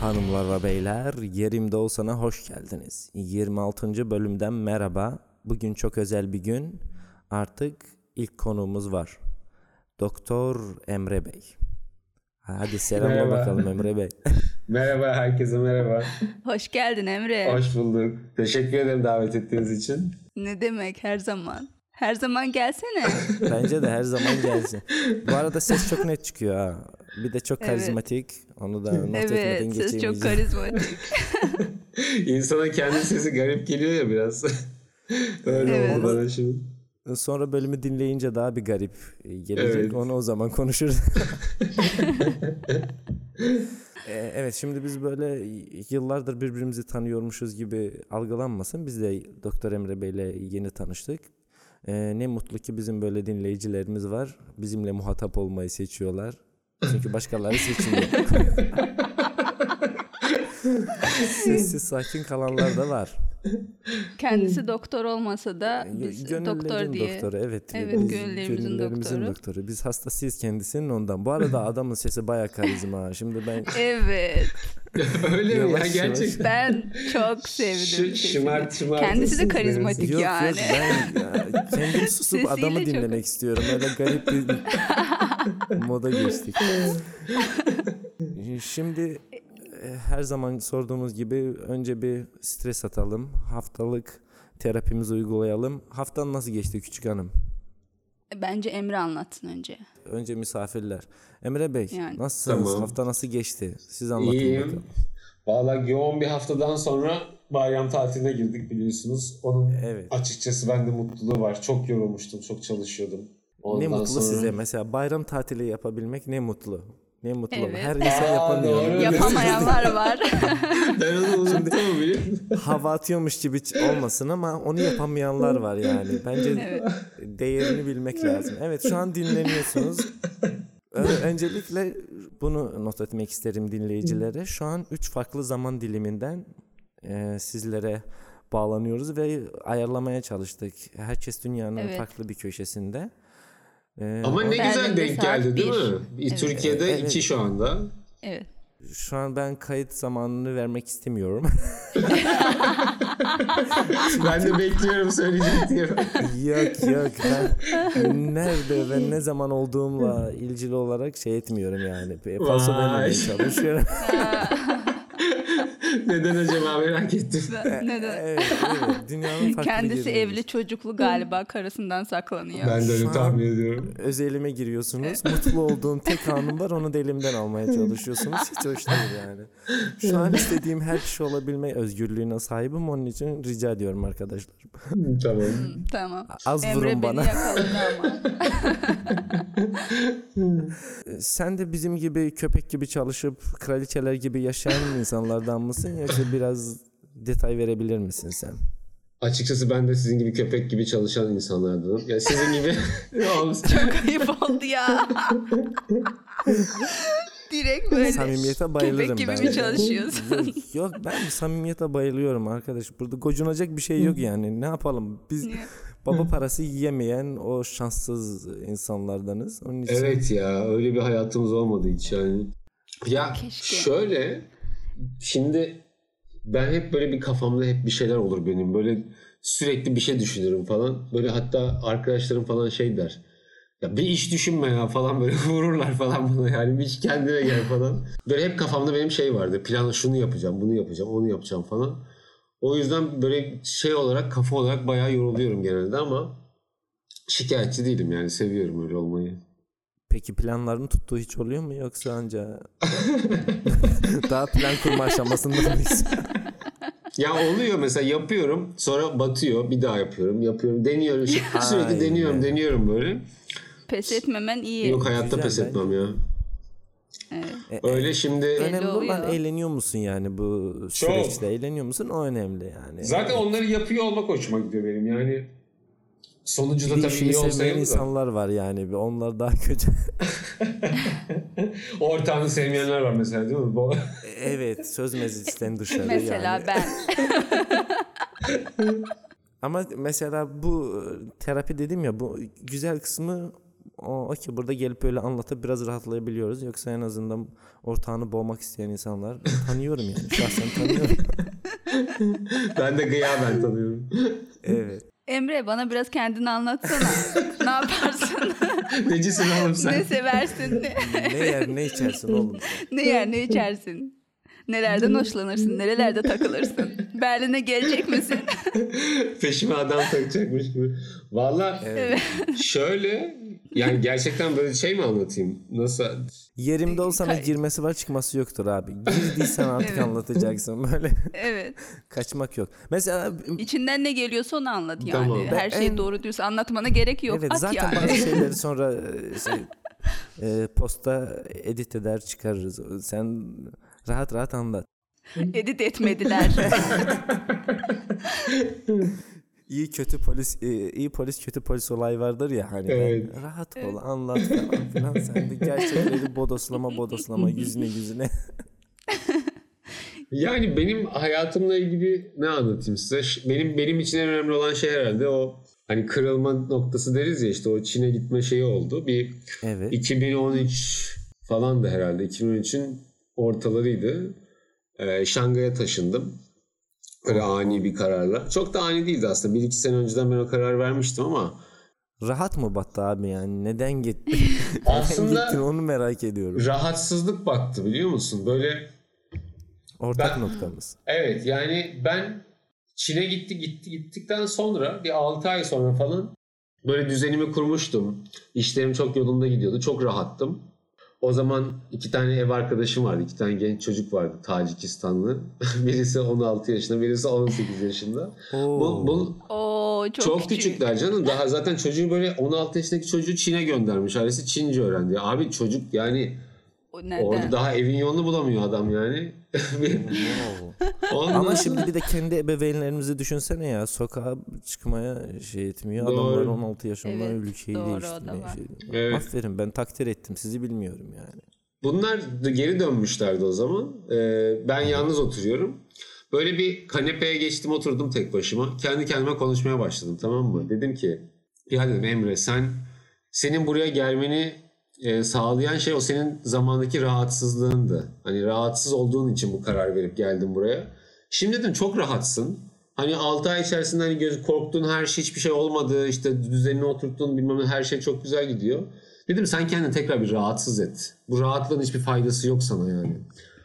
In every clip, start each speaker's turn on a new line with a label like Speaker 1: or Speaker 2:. Speaker 1: Hanımlar ve beyler, Yerimde Olsan'a hoş geldiniz. 26. bölümden merhaba. Bugün çok özel bir gün. Artık ilk konuğumuz var. Doktor Emre Bey. Hadi selamla
Speaker 2: Merhaba.
Speaker 1: bakalım Emre Bey.
Speaker 2: Merhaba herkese merhaba.
Speaker 3: Hoş geldin Emre.
Speaker 2: Hoş bulduk. Teşekkür ederim davet ettiğiniz için.
Speaker 3: Ne demek her zaman? Her zaman gelsene.
Speaker 1: Bence de her zaman gelsin. Bu arada ses çok net çıkıyor ha. Bir de çok karizmatik. Onu da not etmeden
Speaker 3: evet, ses çok
Speaker 1: geçemeyeceğim.
Speaker 3: karizmatik.
Speaker 2: İnsana kendi sesi garip geliyor ya biraz. Öyle
Speaker 3: Evet.
Speaker 2: oldu bana şimdi.
Speaker 1: Ee, Sonra bölümü dinleyince daha bir garip e, gelecek.
Speaker 2: Evet.
Speaker 1: Onu o zaman konuşuruz. Ee, evet şimdi biz böyle yıllardır birbirimizi tanıyormuşuz gibi algılanmasın. Biz de Doktor Emre Bey'le yeni tanıştık. Ee, ne mutlu ki bizim böyle dinleyicilerimiz var. Bizimle muhatap olmayı seçiyorlar. Çünkü başkaları seçmiyor. Sessiz sakin kalanlar da var.
Speaker 3: Kendisi doktor olmasa da biz
Speaker 1: Gönüllerin
Speaker 3: doktor diye.
Speaker 1: doktoru evet.
Speaker 3: Evet,
Speaker 1: Biz
Speaker 3: gönüllerimizin doktoru.
Speaker 1: Biz hastasıyız kendisinin ondan. Bu arada adamın sesi baya karizma. Şimdi ben
Speaker 3: Evet.
Speaker 2: Öyle mi ya
Speaker 1: Yavaş yavaş.
Speaker 2: gerçekten?
Speaker 3: Ben çok sevdim.
Speaker 2: Ş-
Speaker 3: sesini.
Speaker 2: şımart şımart.
Speaker 3: Kendisi de karizmatik
Speaker 1: yok
Speaker 3: yani.
Speaker 1: yok ben ya, kendim susup
Speaker 3: Sesiyle
Speaker 1: adamı
Speaker 3: çok-
Speaker 1: dinlemek istiyorum. Öyle garip bir moda geçtik. Şimdi e, her zaman sorduğumuz gibi önce bir stres atalım. Haftalık terapimizi uygulayalım. Haftan nasıl geçti küçük hanım?
Speaker 3: Bence Emre anlatsın önce.
Speaker 1: Önce misafirler. Emre Bey
Speaker 3: Yani.
Speaker 1: nasılsınız?
Speaker 2: Tamam.
Speaker 1: Hafta nasıl geçti? Siz anlatın
Speaker 2: İyiyim.
Speaker 1: bakalım.
Speaker 2: Valla yoğun bir haftadan sonra bayram tatiline girdik biliyorsunuz. Onun
Speaker 1: Evet.
Speaker 2: açıkçası bende mutluluğu var. Çok yorulmuştum, çok çalışıyordum.
Speaker 1: Ne
Speaker 2: Ondan
Speaker 1: mutlu
Speaker 2: sonra-
Speaker 1: size mesela bayram tatili yapabilmek ne mutlu. Ne mutlu.
Speaker 3: Evet.
Speaker 1: Her insan
Speaker 2: Aa,
Speaker 1: yapamıyor.
Speaker 2: doğru.
Speaker 3: Yapamayanlar var.
Speaker 2: Ben onu unuttum ama benim-
Speaker 1: Hava atıyormuş gibi ç- olmasın ama onu yapamayanlar var yani. Bence değerini bilmek lazım. Evet şu an dinleniyorsunuz. Ö- Öncelikle bunu not etmek isterim dinleyicilere. Şu an 3 farklı zaman diliminden e, sizlere bağlanıyoruz ve ayarlamaya çalıştık. Herkes dünyanın
Speaker 3: Evet.
Speaker 1: farklı bir köşesinde. E,
Speaker 2: Ama ne güzel
Speaker 3: Berlin'de
Speaker 2: denk
Speaker 3: saat
Speaker 2: geldi değil
Speaker 3: bir.
Speaker 2: mi? Türkiye'de
Speaker 1: Evet.
Speaker 2: iki şu anda.
Speaker 3: evet.
Speaker 1: Şu an ben kayıt zamanını vermek istemiyorum.
Speaker 2: Ben de bekliyorum söyleyecek diye.
Speaker 1: yok yok ben nerede ve ne zaman olduğumla ilgili olarak şey etmiyorum yani. Falso
Speaker 2: Vay.
Speaker 1: denemeye çalışıyorum.
Speaker 2: Neden acaba merak ettim.
Speaker 3: Ben- Neden?
Speaker 1: evet, evet, dünyanın farklı
Speaker 3: Kendisi
Speaker 1: yerinde.
Speaker 3: evli çocuklu galiba karısından saklanıyor.
Speaker 2: Ben de
Speaker 1: Şu
Speaker 2: öyle
Speaker 1: an-
Speaker 2: tahmin ediyorum.
Speaker 1: Özelime giriyorsunuz. Mutlu olduğum tek anım var. Onu da elimden almaya çalışıyorsunuz. Hiç hoş değil yani. Şu an istediğim her şey olabilme özgürlüğüne sahibim. Onun için rica ediyorum arkadaşlar.
Speaker 2: tamam.
Speaker 3: Tamam.
Speaker 1: Az
Speaker 3: Emre
Speaker 1: vurun
Speaker 3: beni
Speaker 1: bana.
Speaker 3: yakaladı ama.
Speaker 1: Sen de bizim gibi köpek gibi çalışıp kraliçeler gibi yaşayan insanlardan mısın yoksa biraz detay verebilir misin sen?
Speaker 2: Açıkçası ben de sizin gibi köpek gibi çalışan insanlardanım. Ya sizin gibi
Speaker 3: Çok ayıp oldu ya. Direkt böyle.
Speaker 1: Samimiyete bayılırım
Speaker 3: Köpek gibi
Speaker 1: ben.
Speaker 3: mi çalışıyorsun?
Speaker 1: Yok, yok ben samimiyete bayılıyorum arkadaş. Burada gocunacak bir şey yok yani. Ne yapalım? Biz baba parası yiyemeyen o şanssız insanlardanız. Onun için
Speaker 2: Evet ya öyle bir hayatımız olmadı hiç yani. Ya
Speaker 3: Keşke.
Speaker 2: şöyle şimdi ben hep böyle bir kafamda hep bir şeyler olur benim. Böyle sürekli bir şey düşünürüm falan. Böyle hatta arkadaşlarım falan şey der. Ya bir iş düşünme ya falan böyle vururlar falan bana yani bir iş kendine gel falan. Böyle hep kafamda benim şey vardı. Plan şunu yapacağım, bunu yapacağım, onu yapacağım falan. O yüzden böyle şey olarak kafa olarak bayağı yoruluyorum genelde ama şikayetçi değilim yani seviyorum öyle olmayı.
Speaker 1: peki planların tuttuğu hiç oluyor mu yoksa anca daha plan kurma aşamasında mıyız?
Speaker 2: Ya oluyor mesela yapıyorum sonra batıyor bir daha yapıyorum yapıyorum deniyorum Sü- sürekli
Speaker 1: Aynen.
Speaker 2: deniyorum deniyorum böyle.
Speaker 3: Pes etmemen iyi.
Speaker 2: Yok hayatta
Speaker 1: Güzel,
Speaker 2: pes
Speaker 1: bence.
Speaker 2: etmem ya.
Speaker 3: Evet.
Speaker 2: Öyle şimdi
Speaker 1: Önemli olan
Speaker 3: oluyor.
Speaker 1: eğleniyor musun yani bu süreçte eğleniyor musun o önemli yani.
Speaker 2: zaten onları yapıyor olmak hoşuma gidiyor benim yani. Sonucu da
Speaker 1: Bir
Speaker 2: tabii
Speaker 1: şeyi
Speaker 2: iyi
Speaker 1: sevmeyen
Speaker 2: olsaydı da
Speaker 1: insanlar var yani. Bir Onlar daha kötü.
Speaker 2: ortağını sevmeyenler var mesela değil mi? Bu-
Speaker 1: evet söz meclisten dışarı
Speaker 3: Mesela
Speaker 1: yani.
Speaker 3: ben.
Speaker 1: Ama mesela bu e, terapi dedim ya bu güzel kısmı o okey burada gelip öyle anlatıp biraz rahatlayabiliyoruz. Yoksa en azından ortağını boğmak isteyen insanlar tanıyorum yani. Şahsen tanıyorum.
Speaker 2: ben de gıyaben tanıyorum.
Speaker 1: evet.
Speaker 3: Emre bana biraz kendini anlatsana. ne yaparsın?
Speaker 2: Necisin oğlum sen?
Speaker 3: ne seversin? Ne,
Speaker 1: Ne yer ne içersin oğlum.
Speaker 3: ne yer ne içersin? Nelerden hoşlanırsın? Nerelerde takılırsın? Berlin'e gelecek misin?
Speaker 2: Peşime adam takacakmış gibi. Valla
Speaker 1: Evet.
Speaker 2: şöyle yani gerçekten böyle şey mi anlatayım? Nasıl?
Speaker 1: Yerimde olsam da girmesi var çıkması yoktur abi. Girdiysen artık
Speaker 3: Evet.
Speaker 1: anlatacaksın böyle.
Speaker 3: evet.
Speaker 1: Kaçmak yok. Mesela
Speaker 3: İçinden ne geliyorsa onu anlat yani.
Speaker 2: Tamam.
Speaker 3: Her
Speaker 1: Ben-
Speaker 3: şeyi doğru dürüst anlatmana gerek yok.
Speaker 1: evet
Speaker 3: At
Speaker 1: zaten
Speaker 3: yani.
Speaker 1: bazı şeyleri sonra e, şey, e, posta edit eder çıkarırız. Sen rahat rahat anlat.
Speaker 3: Edit etmediler.
Speaker 1: İyi kötü polis e, iyi polis kötü polis olay vardır ya hani ben
Speaker 2: Evet.
Speaker 1: rahat ol anlat falan filan sen de gerçekleri bodoslama bodoslama yüzüne yüzüne.
Speaker 2: Yani benim hayatımla ilgili ne anlatayım size? Ş- Benim benim için en önemli olan şey herhalde o hani kırılma noktası deriz ya işte o Çin'e gitme şeyi oldu. Bir
Speaker 1: Evet.
Speaker 2: 2013 falan da herhalde 2013'ün ortalarıydı. Ee, Şangay'a taşındım. Böyle ani bir kararla. Çok da ani değildi aslında. Bir iki sene önceden ben o karar vermiştim ama
Speaker 1: Rahat mı battı abi yani neden gitti? Neden gittin
Speaker 2: aslında
Speaker 1: onu merak ediyorum.
Speaker 2: rahatsızlık battı biliyor musun? Böyle
Speaker 1: Ortak
Speaker 2: Ben-
Speaker 1: noktamız.
Speaker 2: Evet yani ben Çin'e gitti gitti gittikten sonra bir 6 ay sonra falan böyle düzenimi kurmuştum. İşlerim çok yolunda gidiyordu. Çok rahattım. O zaman iki tane ev arkadaşım vardı. iki tane genç çocuk vardı Tacikistanlı. birisi 16 yaşında, birisi 18 yaşında.
Speaker 1: Oo.
Speaker 2: Bu, bu
Speaker 3: Oo çok,
Speaker 2: çok,
Speaker 3: küçük.
Speaker 2: küçükler canım. Daha zaten çocuğu böyle 16 yaşındaki çocuğu Çin'e göndermiş. Ailesi Çince öğrendi. Abi çocuk yani
Speaker 3: O nereden?
Speaker 2: orada daha evin yolunu bulamıyor adam yani.
Speaker 1: Oo.
Speaker 2: Ondan
Speaker 1: Ama
Speaker 2: sonra-
Speaker 1: şimdi bir de kendi ebeveynlerimizi düşünsene ya. Sokağa çıkmaya şey etmiyor.
Speaker 2: Doğru.
Speaker 1: Adamlar 16 yaşında
Speaker 3: Evet,
Speaker 1: ülkeyi
Speaker 3: doğru, o da
Speaker 1: değiştirmeye
Speaker 3: var.
Speaker 1: şey.
Speaker 2: Evet.
Speaker 1: Aferin ben takdir ettim sizi bilmiyorum yani.
Speaker 2: Bunlar da geri dönmüşlerdi o zaman. Ee, ben yalnız oturuyorum. Böyle bir kanepeye geçtim oturdum tek başıma. Kendi kendime konuşmaya başladım tamam mı? Dedim ki ya dedim Emre sen senin buraya gelmeni e, sağlayan şey o senin zamandaki rahatsızlığındı. Hani rahatsız olduğun için bu karar verip geldin buraya. Şimdi dedim çok rahatsın. Hani 6 ay içerisinde hani göz korktuğun her şey hiçbir şey olmadı. İşte düzenine oturttuğun bilmem ne her şey çok güzel gidiyor. Dedim sen kendini tekrar bir rahatsız et. Bu rahatlığın hiçbir faydası yok sana yani.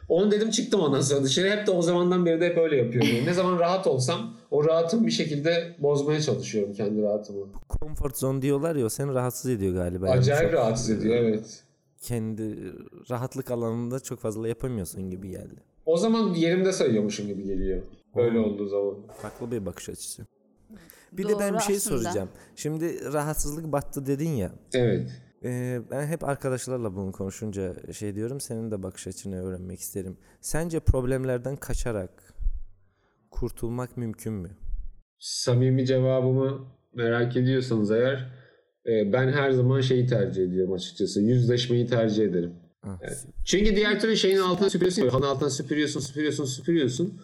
Speaker 2: Onu dedim çıktım ondan sonra dışarı. Hep de o zamandan beri de hep öyle yapıyorum. Yani ne zaman rahat olsam o rahatım bir şekilde bozmaya çalışıyorum kendi rahatımı.
Speaker 1: Comfort zone diyorlar ya o seni rahatsız ediyor galiba. Yani
Speaker 2: Acayip
Speaker 1: çok
Speaker 2: rahatsız ediyor evet.
Speaker 1: Kendi rahatlık alanında çok fazla yapamıyorsun gibi geldi.
Speaker 2: O zaman yerimde sayıyormuşum gibi geliyor. Öyle olduğu zaman.
Speaker 1: Farklı bir bakış açısı. Bir de
Speaker 3: Doğru
Speaker 1: ben bir şey
Speaker 3: aslında.
Speaker 1: soracağım. Şimdi rahatsızlık battı dedin ya.
Speaker 2: Evet.
Speaker 1: Ee, ben hep arkadaşlarla bunu konuşunca şey diyorum senin de bakış açını öğrenmek isterim. Sence problemlerden kaçarak kurtulmak mümkün mü?
Speaker 2: Samimi cevabımı merak ediyorsanız eğer e, ben her zaman şeyi tercih ediyorum açıkçası. Yüzleşmeyi tercih ederim.
Speaker 1: Ah,
Speaker 2: Çünkü diğer türlü şeyin altına süpürüyorsun. ya, Halının altına süpürüyorsun, süpürüyorsun, süpürüyorsun.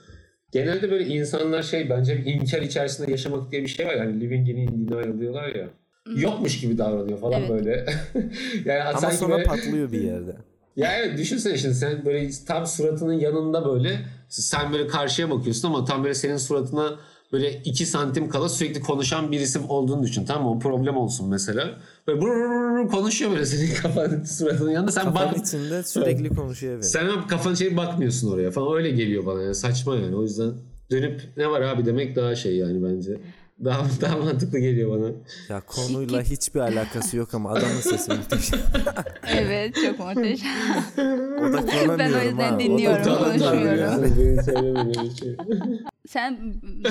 Speaker 2: Genelde böyle insanlar şey bence bir inkar içerisinde yaşamak diye bir şey var. Yani living in denial diyorlar ya. Yokmuş gibi davranıyor falan
Speaker 3: Evet.
Speaker 2: böyle. yani
Speaker 1: Ama
Speaker 2: sanki
Speaker 1: sonra
Speaker 2: böyle-
Speaker 1: patlıyor bir yerde.
Speaker 2: Ya evet düşünsene şimdi sen böyle tam suratının yanında böyle sen böyle karşıya bakıyorsun ama tam böyle senin suratına böyle 2 santim kala sürekli konuşan birisi olduğunu düşün tamam mı? O problem olsun mesela. Böyle brr brr brr konuşuyor böyle senin kafanın suratının yanında sen
Speaker 1: Kafanın
Speaker 2: bak
Speaker 1: içinde sürekli konuşuyor evet.
Speaker 2: sen ama kafanın şey bakmıyorsun oraya falan öyle geliyor bana yani saçma yani o yüzden dönüp ne var abi demek daha şey yani bence. Daha, daha mantıklı geliyor bana.
Speaker 1: Ya konuyla hiçbir alakası yok ama adamın sesi muhteşem.
Speaker 3: Evet çok muhteşem.
Speaker 1: Odaklanamıyorum
Speaker 3: Ben o yüzden
Speaker 1: ha,
Speaker 3: dinliyorum,
Speaker 1: odaklanamıyorum.
Speaker 3: konuşmuyorum.
Speaker 2: Utandım abi ya, beni söylemedi bir şey.
Speaker 3: Sen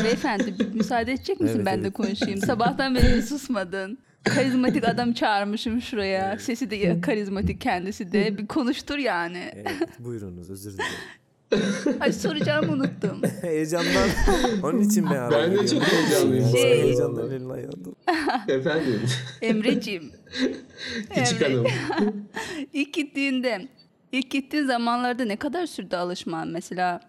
Speaker 3: beyefendi bir müsaade edecek misin
Speaker 1: Evet,
Speaker 3: ben de
Speaker 1: evet.
Speaker 3: konuşayım? Sabahtan beri susmadın. Karizmatik adam çağırmışım şuraya. Sesi de karizmatik kendisi de. Bir konuştur yani.
Speaker 1: Evet, buyurunuz özür dilerim.
Speaker 3: Ay soracağımı unuttum.
Speaker 1: Heyecandan onun için mi abi?
Speaker 2: Ben de çok heyecanlıyım.
Speaker 1: Sen
Speaker 3: Şey-
Speaker 1: heyecandan elini ayağını.
Speaker 2: Efendim.
Speaker 3: Emre'ciğim
Speaker 2: Küçük hanım.
Speaker 3: ilk gittiğinde ilk gittiğin zamanlarda ne kadar sürdü alışman mesela?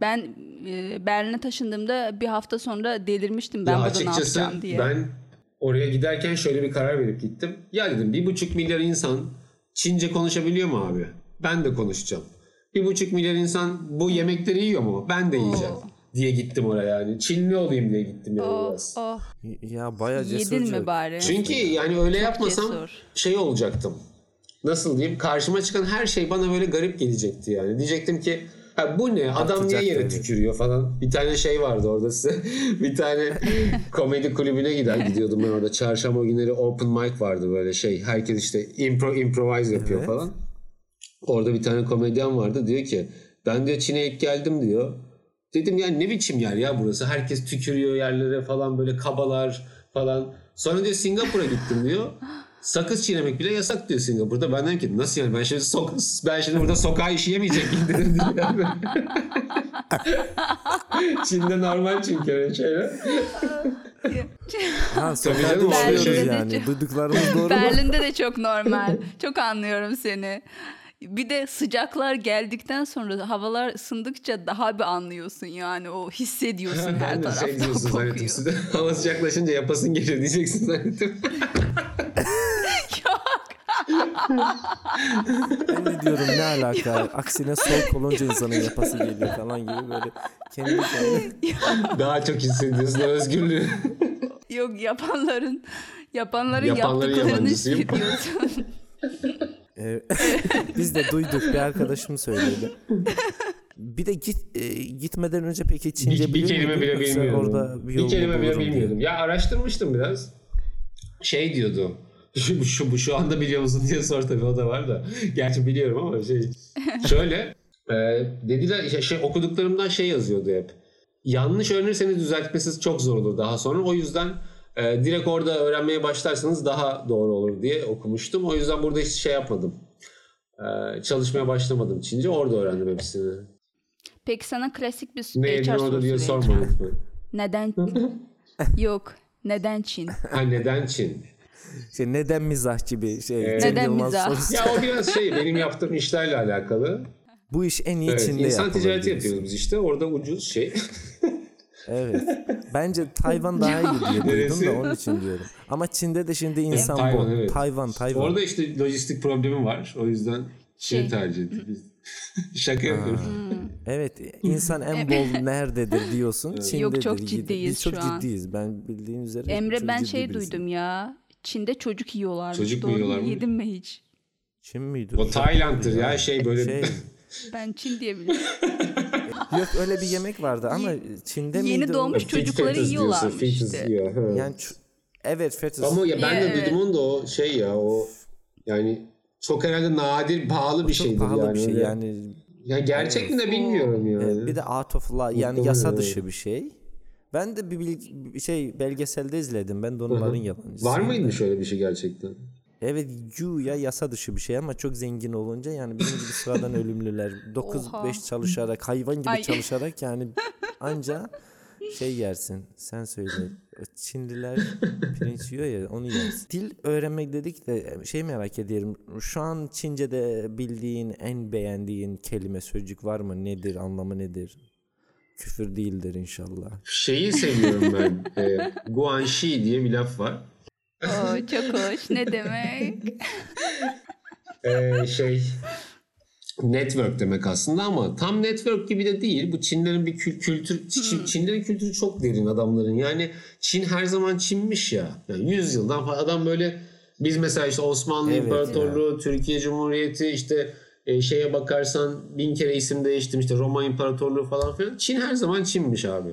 Speaker 3: Ben e, Berlin'e taşındığımda bir hafta sonra delirmiştim ben
Speaker 2: Ya
Speaker 3: burada ne
Speaker 2: açıkçası
Speaker 3: yapacağım diye.
Speaker 2: ben Oraya giderken şöyle bir karar verip gittim. Ya dedim bir buçuk milyar insan Çince konuşabiliyor mu abi? Ben de konuşacağım. Bir buçuk milyar insan bu yemekleri yiyor mu? Ben de yiyeceğim
Speaker 3: Oo.
Speaker 2: diye gittim oraya yani. Çinli olayım diye gittim yani
Speaker 3: Oh,
Speaker 2: biraz.
Speaker 3: oh.
Speaker 1: Ya bayağı cesurca.
Speaker 3: Yedin mi bari?
Speaker 2: Çünkü yani öyle yapmasam
Speaker 3: cesur.
Speaker 2: şey olacaktım. Nasıl diyeyim? Karşıma çıkan her şey bana böyle garip gelecekti yani. Diyecektim ki ha bu ne? Adam niye
Speaker 1: Atacak
Speaker 2: yere
Speaker 1: dedi.
Speaker 2: tükürüyor falan. Bir tane şey vardı orada size. bir tane komedi kulübüne gider gidiyordum ben orada. Çarşamba günleri open mic vardı böyle şey. Herkes işte impro improvise yapıyor
Speaker 1: Evet.
Speaker 2: falan. Orada bir tane komedyen vardı diyor ki ben diyor Çin'e ilk geldim diyor. Dedim yani ne biçim yer ya burası. Herkes tükürüyor yerlere falan böyle kabalar falan. Sonra diyor Singapur'a gittim diyor. Sakız çiğnemek bile yasak diyor Singapur'da. Ben dedim ki nasıl yani ben şimdi, sok ben şimdi burada sokağa işleyemeyecek miyim dedim. diyor yani. Çin'de normal çünkü öyle şeyler.
Speaker 1: Ha
Speaker 2: canım,
Speaker 1: sokakta
Speaker 2: orada
Speaker 1: oluyoruz
Speaker 2: şey-
Speaker 1: yani. Duyduklarımız doğru mu?
Speaker 3: Berlin'de de çok normal. çok anlıyorum seni. Bir de sıcaklar geldikten sonra havalar ısındıkça daha bir anlıyorsun yani o hissediyorsun her
Speaker 2: Ben de
Speaker 3: tarafta
Speaker 2: şey diyorsun zannettim
Speaker 3: kokuyor.
Speaker 2: size. Hava sıcaklaşınca yapasın geliyor diyeceksin zannettim.
Speaker 1: Ben de diyorum ne alaka? Aksine soğuk olunca insanın yapası geliyor falan gibi böyle kendi kendine.
Speaker 2: Daha çok hissediyorsun özgürlüğü.
Speaker 3: Yok yapanların yapanların
Speaker 2: Yapanların
Speaker 3: yaptıklarını
Speaker 2: yabancısıyım.
Speaker 3: hissediyorsun.
Speaker 1: Ee, biz de duyduk bir arkadaşım söyledi. Bir de git e, gitmeden önce peki Çince
Speaker 2: bir, bir
Speaker 1: biliyor
Speaker 2: kelime
Speaker 1: muydun?
Speaker 2: bile
Speaker 1: Yoksa
Speaker 2: bilmiyordum.
Speaker 1: Orada bir,
Speaker 2: bir,
Speaker 1: yolunu
Speaker 2: kelime bile
Speaker 1: bulurum diye.
Speaker 2: bilmiyordum. Ya araştırmıştım biraz. Şey diyordu. Şu, şu, şu anda biliyor musun diye sor tabii o da var da. Gerçi biliyorum ama şey. Şöyle. e, dediler şey, şey, okuduklarımdan şey yazıyordu hep. Yanlış öğrenirseniz düzeltmesi çok zor olur daha sonra. O yüzden e, direkt orada öğrenmeye başlarsanız daha doğru olur diye okumuştum. O yüzden burada hiç şey yapmadım. E, çalışmaya başlamadım Çince. Orada öğrendim hepsini.
Speaker 3: Peki sana klasik bir
Speaker 2: Ne
Speaker 3: HR
Speaker 2: yedin orada
Speaker 3: sorusu
Speaker 2: diye
Speaker 3: vereceğim.
Speaker 2: sormadım.
Speaker 3: Neden? Yok. Neden Çin?
Speaker 2: ha neden Çin?
Speaker 1: Şey, neden mizah gibi şey.
Speaker 2: Evet.
Speaker 1: Cem
Speaker 3: Neden
Speaker 1: Yılmaz
Speaker 3: mizah?
Speaker 1: sorusu.
Speaker 2: Ya o biraz şey benim yaptığım işlerle alakalı.
Speaker 1: Bu iş en iyi
Speaker 2: Evet,
Speaker 1: Çin'de
Speaker 2: insan
Speaker 1: yapılır
Speaker 2: ticareti
Speaker 1: diyorsun.
Speaker 2: yapıyoruz biz işte. Orada ucuz şey.
Speaker 1: Evet. Bence Tayvan daha iyi diye duydum
Speaker 2: Neresi?
Speaker 1: da onun için diyorum. Ama Çin'de de şimdi insan
Speaker 2: Tayvan,
Speaker 1: bol.
Speaker 2: evet.
Speaker 1: Tayvan, Tayvan.
Speaker 2: Orada işte lojistik problemi var. O yüzden şey,
Speaker 3: Şey. Hmm.
Speaker 2: tercih ettik biz. Şaka yapıyorum.
Speaker 1: Evet insan en bol nerededir diyorsun. Çin'dedir.
Speaker 3: Yok, çok
Speaker 1: Biz
Speaker 3: ciddiyiz
Speaker 1: çok
Speaker 3: şu an.
Speaker 1: ciddiyiz. Ben bildiğin üzere
Speaker 3: Emre
Speaker 1: çok
Speaker 3: ben
Speaker 1: ciddi
Speaker 3: şey
Speaker 1: birisi.
Speaker 3: duydum ya. Çin'de çocuk yiyorlarmış.
Speaker 2: Çocuk mu
Speaker 3: Doğru mu?
Speaker 2: yiyorlar mı?
Speaker 3: Yedin mi hiç?
Speaker 1: Çin miydi?
Speaker 2: O Tayland'tır ya şey böyle.
Speaker 1: Şey,
Speaker 3: Ben Çin diye biliyorum.
Speaker 1: yok öyle bir yemek vardı ama Çin'de
Speaker 3: yeni
Speaker 1: miydi? o?
Speaker 3: doğmuş çocuk- Çocukları
Speaker 2: Fetus diyorsun,
Speaker 3: yiyorlarmış
Speaker 2: fetus
Speaker 3: işte.
Speaker 2: yiyor, ha.
Speaker 1: Yani ç- evet fetus.
Speaker 2: Ama ya ben de
Speaker 3: Evet.
Speaker 2: duydum onu da o şey ya o yani çok herhalde nadir pahalı bir
Speaker 1: çok
Speaker 2: şeydir
Speaker 1: pahalı
Speaker 2: yani.
Speaker 1: bir şey
Speaker 2: Öyle-
Speaker 1: yani.
Speaker 2: Ya gerçek mi de bilmiyorum yani.
Speaker 1: Evet, bir de out of law yani
Speaker 2: Muhtemelen
Speaker 1: yasa
Speaker 2: öyle.
Speaker 1: dışı bir şey. Ben de bir, bilgi- bir şey belgeselde izledim. Ben de onların yabancısı.
Speaker 2: Var mıydı şöyle bir şey gerçekten?
Speaker 1: Evet ya yasa dışı bir şey ama çok zengin olunca yani bizim gibi sıradan ölümlüler 9-5 çalışarak hayvan gibi
Speaker 3: Ay.
Speaker 1: çalışarak yani anca şey yersin sen söyle O Çinliler pirinç yiyor ya onu yersin. Dil öğrenmek dedik de şey merak ediyorum şu an Çince'de bildiğin en beğendiğin kelime sözcük var mı nedir anlamı nedir? Küfür değildir inşallah.
Speaker 2: Şeyi seviyorum ben. e, Guanxi diye bir laf var.
Speaker 3: Oo, çok hoş. Ne demek?
Speaker 2: Ee, şey network demek aslında ama tam network gibi de değil. Bu Çinlerin bir kül- kültür Çin- Çinlerin kültürü çok derin adamların. Yani Çin her zaman Çinmiş ya. Yani 100 yıldan falan adam böyle biz mesela işte Osmanlı
Speaker 1: Evet
Speaker 2: İmparatorluğu, Türkiye Cumhuriyeti işte e, şeye bakarsan bin kere isim değiştim işte Roma İmparatorluğu falan filan. Çin her zaman Çinmiş abi.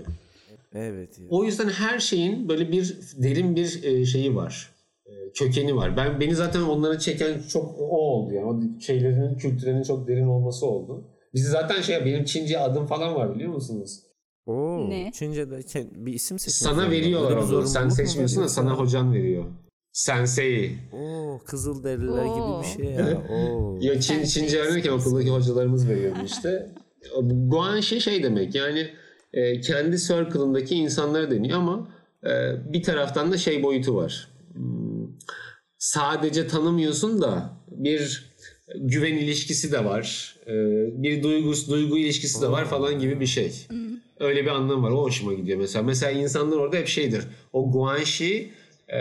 Speaker 1: Evet.
Speaker 2: O yüzden her şeyin böyle bir derin bir e, şeyi var. E, Kökeni var. Ben beni zaten onlara çeken çok o oldu yani. O şeylerin kültürlerinin çok derin olması oldu. Bizi zaten şey benim Çince adım falan var biliyor musunuz?
Speaker 1: Oo,
Speaker 3: Ne?
Speaker 1: Çince'de ke- bir isim seçmek
Speaker 2: Sana
Speaker 1: zorunda.
Speaker 2: veriyorlar
Speaker 1: Öyle bir
Speaker 2: onu.
Speaker 1: zorunluluk
Speaker 2: Sen
Speaker 1: mu
Speaker 2: seçmiyorsun da
Speaker 1: veriyorlar?
Speaker 2: sana hocan veriyor. Sensei.
Speaker 1: Oo, Kızılderililer gibi
Speaker 3: Oo.
Speaker 1: bir şey ya. Oo.
Speaker 2: Ya Çin,
Speaker 3: Sensei.
Speaker 2: Çince öğrenirken okuldaki hocalarımız veriyordu işte. Guanxi şey demek yani e, kendi circle'ındaki insanlara deniyor ama e, bir taraftan da şey boyutu var. Hmm, Sadece tanımıyorsun da bir güven ilişkisi de var. E, bir duygus duygu ilişkisi de var falan gibi bir şey. Öyle bir anlam var. O hoşuma gidiyor mesela. Mesela insanlar orada hep şeydir. O Guanxi e,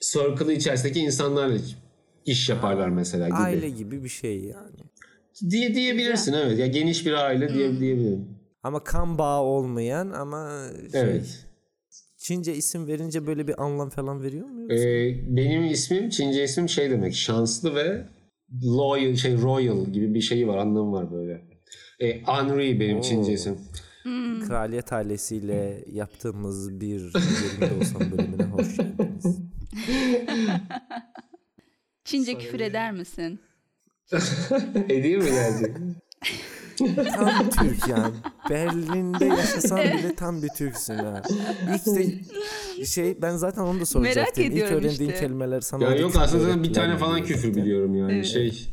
Speaker 2: circle'ı içerisindeki insanlarla iş yaparlar mesela gibi.
Speaker 1: Aile gibi bir şey yani.
Speaker 2: Diye diyebilirsin evet. Ya geniş bir aile
Speaker 1: Hmm.
Speaker 2: diye diyebilirim.
Speaker 1: Ama kan bağı olmayan ama şey,
Speaker 2: Evet.
Speaker 1: Çince isim verince böyle bir anlam falan veriyor mu?
Speaker 2: E, benim ismim Çince ismim şey demek. Şanslı ve loyal şey royal gibi bir şeyi var anlamı var böyle. E, Henri benim Çince isim.
Speaker 1: Kraliyet ailesiyle yaptığımız bir yerinde olsam bölümüne hoş geldiniz.
Speaker 3: Çince küfür eder misin?
Speaker 1: E,
Speaker 2: Hediye mi gelecek?
Speaker 1: Tam Türk yani. Berlin'de yaşasan bile tam bir Türksün ha. İlk de şey ben zaten onu da soracaktım. İlk
Speaker 3: ediyorum
Speaker 1: öğrendiğin
Speaker 3: işte.
Speaker 1: kelimeler sana...
Speaker 2: Ya
Speaker 1: oradaki
Speaker 2: yok aslında zaten bir
Speaker 1: öğretilen
Speaker 2: tane falan
Speaker 1: geliyor
Speaker 2: küfür
Speaker 1: zaten.
Speaker 2: biliyorum yani şey.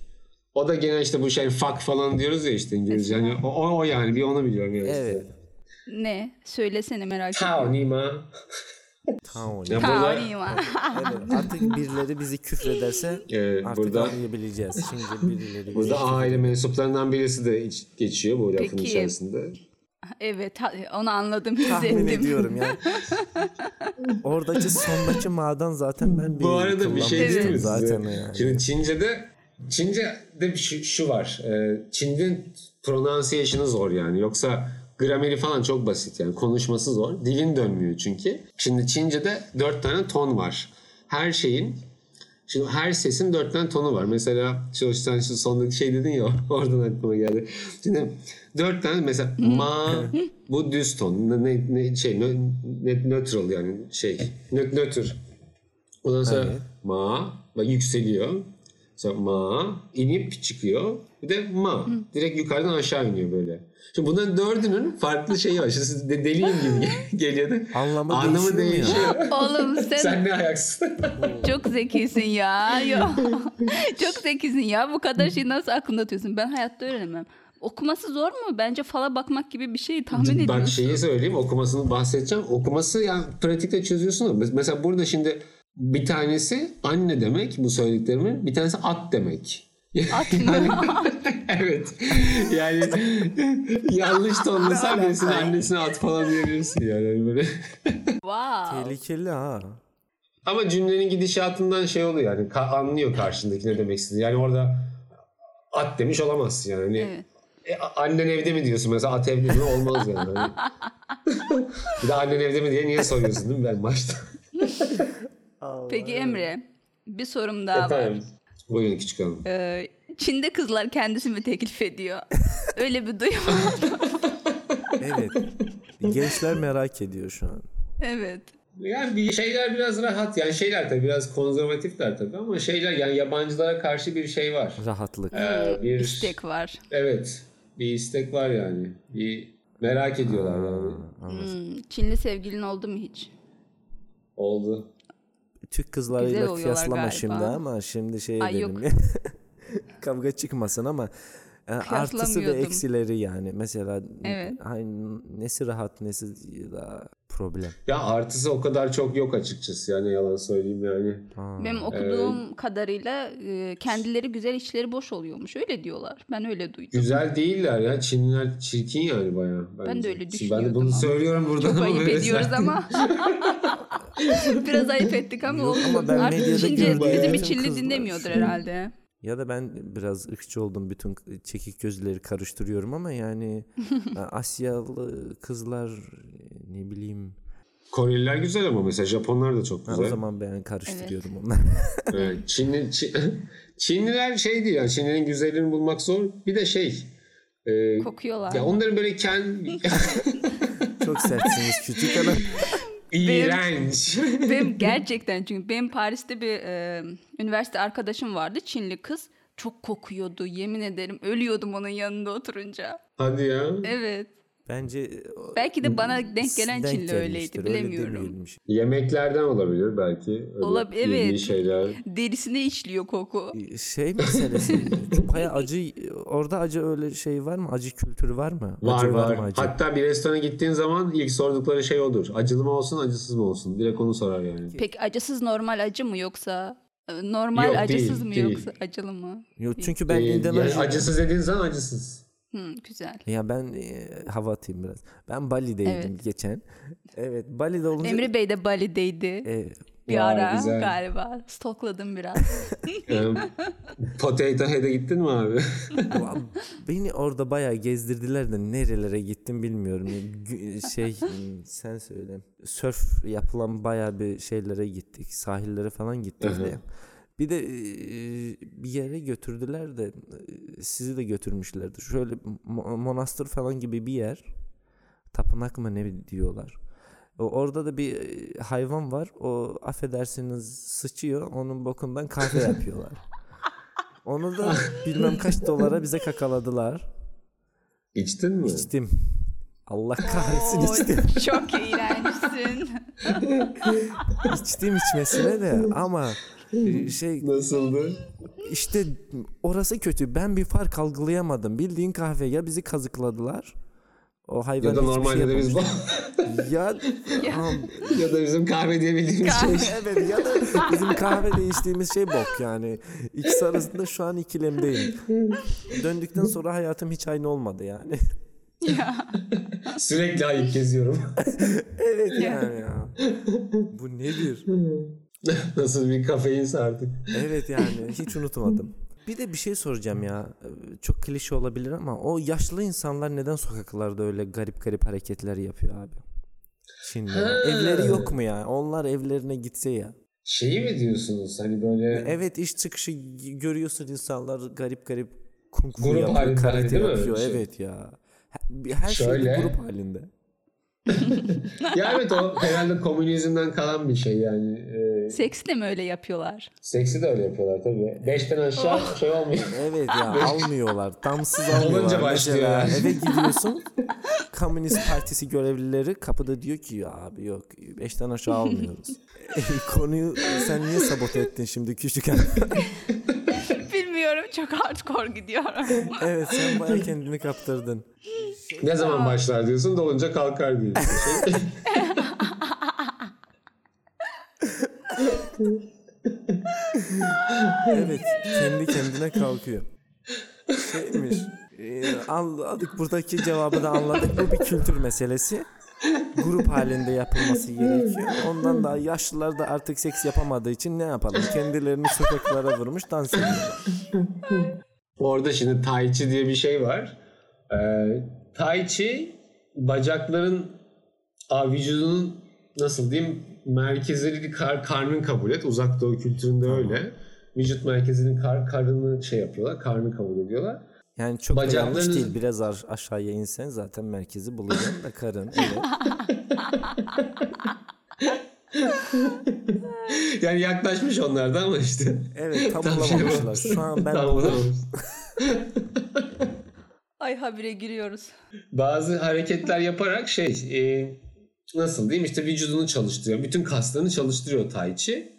Speaker 2: O da genel işte bu şey fuck falan diyoruz ya işte İngilizce. Yani o, o- o yani bir onu biliyorum yani. işte.
Speaker 1: Evet.
Speaker 3: Ne? Söylesene merak ettim.
Speaker 2: Tao ni ma.
Speaker 1: Tamam.
Speaker 2: Ya
Speaker 3: Tao
Speaker 2: burada,
Speaker 3: ni ma.
Speaker 1: Evet, artık birileri bizi küfrederse
Speaker 2: e,
Speaker 1: artık
Speaker 2: burada,
Speaker 1: anlayabileceğiz. Şimdi birileri bizi
Speaker 2: burada
Speaker 1: küfreder.
Speaker 2: aile mensuplarından birisi de iç- geçiyor bu lafın
Speaker 3: Peki.
Speaker 2: içerisinde.
Speaker 3: Evet ha- onu anladım
Speaker 1: tahmin
Speaker 3: hissettim.
Speaker 1: ediyorum yani. Oradaki sondaki mağdan zaten ben bir
Speaker 2: Bu arada bir şey
Speaker 1: kullanmıştım
Speaker 2: diyeyim mi
Speaker 1: zaten
Speaker 2: size?
Speaker 1: yani.
Speaker 2: Şimdi Çince'de Çince'de bir şu, şu var. E, Çin'in pronunciation'ı zor yani. Yoksa grameri falan çok basit yani. Konuşması zor. Dilin dönmüyor çünkü. Şimdi Çince'de dört tane ton var. Her şeyin Şimdi her sesin dört tane tonu var. Mesela şu, sen şu sondaki şey dedin ya oradan aklıma geldi. Şimdi dört tane mesela ma bu düz ton. Ne, ne, ne- şey nö, ne- neutral yani şey nö, nötr. Ondan sonra
Speaker 1: Evet.
Speaker 2: ma bak yükseliyor. Sonra ma inip çıkıyor. Bir de ma direkt yukarıdan aşağı iniyor böyle. Şimdi bunların dördünün farklı şeyi var. Şimdi siz de deliyim gibi geliyor da
Speaker 1: Anlamı
Speaker 2: anlamı
Speaker 1: değişiyor mu ya?
Speaker 2: değişiyor.
Speaker 3: Oğlum sen,
Speaker 2: Sen ne ayaksın?
Speaker 3: çok zekisin ya. Yo. çok zekisin ya. Bu kadar şeyi nasıl aklında tutuyorsun? Ben hayatta öğrenemem. Okuması zor mu? Bence fala bakmak gibi bir şey tahmin ediyorsun.
Speaker 2: Bak şeyi söyleyeyim okumasını bahsedeceğim. Okuması yani pratikte çözüyorsun ama mes- mesela burada şimdi bir tanesi anne demek bu söylediklerimin bir tanesi at demek.
Speaker 3: At mı?
Speaker 2: evet. Yani yanlış tonlasan birisinin annesine at falan diyebilirsin yani Hani böyle. Şey-
Speaker 3: wow.
Speaker 1: Tehlikeli ha.
Speaker 2: Ama cümlenin gidişatından şey oluyor yani ka- anlıyor karşındaki ne demek istediğini. Yani orada at demiş olamazsın yani. Hani
Speaker 3: Evet.
Speaker 2: E, a- annen evde mi diyorsun mesela at evde mi olmaz yani. Hani- bir de annen evde mi diye niye soruyorsun değil mi ben başta?
Speaker 3: Peki Emre bir sorum daha var.
Speaker 2: Efendim. Buyurun küçük hanım.
Speaker 3: Ee, Çin'de kızlar kendisi mi teklif ediyor? Öyle bir duyum var.
Speaker 1: Evet. Gençler merak ediyor şu an.
Speaker 3: Evet.
Speaker 2: Yani bir şeyler biraz rahat yani şeyler tabii biraz konservatifler tabii ama şeyler yani yabancılara karşı bir şey var.
Speaker 1: Rahatlık.
Speaker 2: Ee, bir
Speaker 3: İstek var.
Speaker 2: Evet bir istek var yani. Bir merak ediyorlar yani.
Speaker 3: Hmm, Çinli sevgilin oldu mu hiç?
Speaker 2: Oldu.
Speaker 1: Türk
Speaker 3: Güzel
Speaker 1: kızlarıyla
Speaker 3: oluyorlar
Speaker 1: kıyaslama
Speaker 3: galiba.
Speaker 1: şimdi ama şimdi şey
Speaker 3: Ay,
Speaker 1: edelim. Kavga çıkmasın ama e, artısı ve
Speaker 3: Kıyaslamıyordum.
Speaker 1: eksileri yani. Mesela
Speaker 3: Evet.
Speaker 1: ay, nesi rahat nesi daha problem.
Speaker 2: Ya artısı o kadar çok yok açıkçası yani yalan söyleyeyim yani.
Speaker 1: Ha.
Speaker 3: Benim okuduğum kadarıyla e, kendileri güzel içleri boş oluyormuş. Öyle diyorlar. Ben öyle duydum.
Speaker 2: Güzel değiller ya. Çinliler çirkin yani bayağı.
Speaker 3: Ben de öyle
Speaker 2: Şimdi Ben de
Speaker 3: düşünüyordum
Speaker 2: bunu
Speaker 3: ama.
Speaker 2: söylüyorum buradan
Speaker 3: Çok
Speaker 2: ama
Speaker 3: ayıp
Speaker 2: böyle
Speaker 3: ediyoruz
Speaker 2: zaten-
Speaker 3: ama. Biraz ayıp ettik ama
Speaker 1: Yok
Speaker 3: olsun.
Speaker 1: ama ben medyada
Speaker 3: Artık Çince
Speaker 1: gördüğüm
Speaker 3: bizim
Speaker 1: bütün
Speaker 3: Çinli
Speaker 1: kızlar.
Speaker 3: dinlemiyordur herhalde.
Speaker 1: Ya da ben biraz ırkçı oldum bütün çekik gözleri karıştırıyorum ama yani Asyalı kızlar ne bileyim
Speaker 2: Koreliler güzel ama mesela Japonlar da çok
Speaker 1: ha,
Speaker 2: güzel.
Speaker 1: o zaman ben karıştırıyorum onları.
Speaker 2: Evet, Çinli, Çin- Çinliler şey değil yani Çinlilerin güzelliğini bulmak zor. Bir de şey. e,
Speaker 3: Kokuyorlar.
Speaker 2: ya onların böyle kendi
Speaker 1: Çok sertsiniz küçük adam.
Speaker 2: iğrenç.
Speaker 3: benim gerçekten çünkü benim Paris'te bir e, üniversite arkadaşım vardı Çinli kız çok kokuyordu yemin ederim ölüyordum onun yanında oturunca.
Speaker 2: Hadi ya.
Speaker 3: Evet.
Speaker 1: Bence e, o-
Speaker 3: Belki de bana denk gelen
Speaker 1: denk
Speaker 3: Çinli
Speaker 1: gelmiştir,
Speaker 3: öyleydi
Speaker 1: öyle
Speaker 3: bilemiyorum.
Speaker 1: demeyelim şimdi.
Speaker 2: Yemeklerden olabilir belki. Öyle
Speaker 3: Olab-
Speaker 2: yediği
Speaker 3: evet.
Speaker 2: şeyler.
Speaker 3: Derisine işliyor koku.
Speaker 1: Şey meselesi baya acı orada acı öyle şey var mı? Acı kültürü var mı?
Speaker 2: Var
Speaker 1: acı
Speaker 2: var.
Speaker 1: mı acı?
Speaker 2: Hatta bir restorana gittiğin zaman ilk sordukları şey odur. Acılı mı olsun acısız mı olsun? Direkt onu sorar yani.
Speaker 3: Peki acısız normal acı mı yoksa e, normal
Speaker 2: Yok,
Speaker 3: acısız
Speaker 2: değil,
Speaker 3: mı
Speaker 2: değil.
Speaker 3: yoksa acılı mı?
Speaker 1: Yok, çünkü ben
Speaker 2: Ee, yani
Speaker 1: Endonezya
Speaker 2: acısız dediğin zaman acısız.
Speaker 3: Hı, güzel.
Speaker 1: Ya ben e, hava atayım biraz. Ben Bali'deydim
Speaker 3: Evet.
Speaker 1: geçen. Evet Bali'de olunca
Speaker 3: Emre Bey de Bali'deydi.
Speaker 1: E,
Speaker 3: bir
Speaker 2: Vay,
Speaker 3: ara
Speaker 2: güzel.
Speaker 3: galiba. Stokladım biraz.
Speaker 2: Ee, Potato Head'e gittin mi abi?
Speaker 1: Ulan Beni orada bayağı gezdirdiler de nerelere gittim bilmiyorum. Gü- Şey sen söyle. Sörf yapılan bayağı bir şeylere gittik. Sahillere falan gittik
Speaker 2: Hı hı.
Speaker 1: de. Bir de e, bir yere götürdüler de e, sizi de götürmüşlerdi. Şöyle mo- monastır falan gibi bir yer. Tapınak mı ne diyorlar. O- Orada da bir e, hayvan var. O affedersiniz sıçıyor. Onun bokundan kahve yapıyorlar. Onu da bilmem kaç dolara bize kakaladılar.
Speaker 2: İçtin mi?
Speaker 1: İçtim. Allah kahretsin
Speaker 3: Oo,
Speaker 1: içtim.
Speaker 3: çok iğrençsin.
Speaker 1: İçtim içmesine de ama e, şey
Speaker 2: Nasıldı?
Speaker 1: işte orası kötü. Ben bir fark algılayamadım. Bildiğin kahve ya bizi kazıkladılar. O hayvan
Speaker 2: Ya da
Speaker 1: hiçbir şey
Speaker 2: normalde de biz
Speaker 1: yapamamış. ya, Am-
Speaker 2: ya da bizim kahve diye bildiğimiz şey.
Speaker 1: evet ya da bizim kahvede içtiğimiz şey bok yani. İkisi arasında şu an ikilemdeyim. Döndükten sonra hayatım hiç aynı olmadı yani.
Speaker 3: ya.
Speaker 2: Sürekli ayıp geziyorum.
Speaker 1: evet yani ya. Bu nedir?
Speaker 2: Nasıl bir kafeinse artık.
Speaker 1: Evet yani hiç unutmadım. Bir de bir şey soracağım ya. Ee, Çok klişe olabilir ama o yaşlı insanlar neden sokaklarda öyle garip garip hareketler yapıyor abi? Şimdi ya.
Speaker 2: Ha.
Speaker 1: evleri yok mu ya? Onlar evlerine gitse ya.
Speaker 2: Şeyi mi diyorsunuz? Hani böyle
Speaker 1: Evet iş çıkışı g- görüyorsun insanlar garip garip kung fu
Speaker 2: Grup
Speaker 1: yapıyor,
Speaker 2: halinde
Speaker 1: karate
Speaker 2: değil mi?
Speaker 1: yapıyor.
Speaker 2: Şey-
Speaker 1: Evet ya. Her, her şey
Speaker 2: Şöyle.
Speaker 1: bir grup halinde.
Speaker 2: ya evet o herhalde komünizmden kalan bir şey yani. Ee,
Speaker 3: Seksle mi öyle yapıyorlar?
Speaker 2: seksi de öyle yapıyorlar tabii. Beşten aşağı şey olmuyor.
Speaker 1: Evet ya almıyorlar. Damsız almıyorlar.
Speaker 2: Olunca başlıyor
Speaker 1: Mesela
Speaker 2: yani.
Speaker 1: Eve gidiyorsun. Komünist Partisi görevlileri kapıda diyor ki ya abi yok beşten aşağı almıyoruz. E, Konuyu sen niye sabote ettin şimdi küçük hanım?
Speaker 3: Bilmiyorum çok hardcore gidiyorum.
Speaker 1: Evet sen baya kendini kaptırdın.
Speaker 2: Ne zaman başlar diyorsun dolunca kalkar diyorsun. Şey-
Speaker 1: Evet kendi kendine kalkıyor. Şeymiş. e, Anladık buradaki cevabı da anladık. Bu bir kültür meselesi. Grup halinde yapılması gerekiyor. Ondan daha yaşlılar da artık seks yapamadığı için ne yapalım? Kendilerini sokaklara vurmuş dans ediyorlar.
Speaker 2: Orada şimdi tai chi diye bir şey var. Ee, tai chi bacakların a, vücudunun nasıl diyeyim merkezleri kar, karnın kabul et. Uzak doğu kültüründe öyle. Vücut merkezinin kar, karını şey yapıyorlar. Karnı kabul ediyorlar.
Speaker 1: Yani çok da yanlış
Speaker 2: Bacaklarınız-
Speaker 1: değil. Biraz ar- aşağıya insen zaten merkezi bulacaksın da karın. Evet.
Speaker 2: Yani yaklaşmış onlardan ama işte.
Speaker 1: Evet tam
Speaker 2: Tam şey
Speaker 1: bulamamışlar.
Speaker 2: yapamamışlar.
Speaker 1: Şu an ben
Speaker 2: Tam bulamamış.
Speaker 3: Ay habire giriyoruz.
Speaker 2: Bazı hareketler yaparak şey e, nasıl diyeyim işte vücudunu çalıştırıyor. Bütün kaslarını çalıştırıyor tai chi.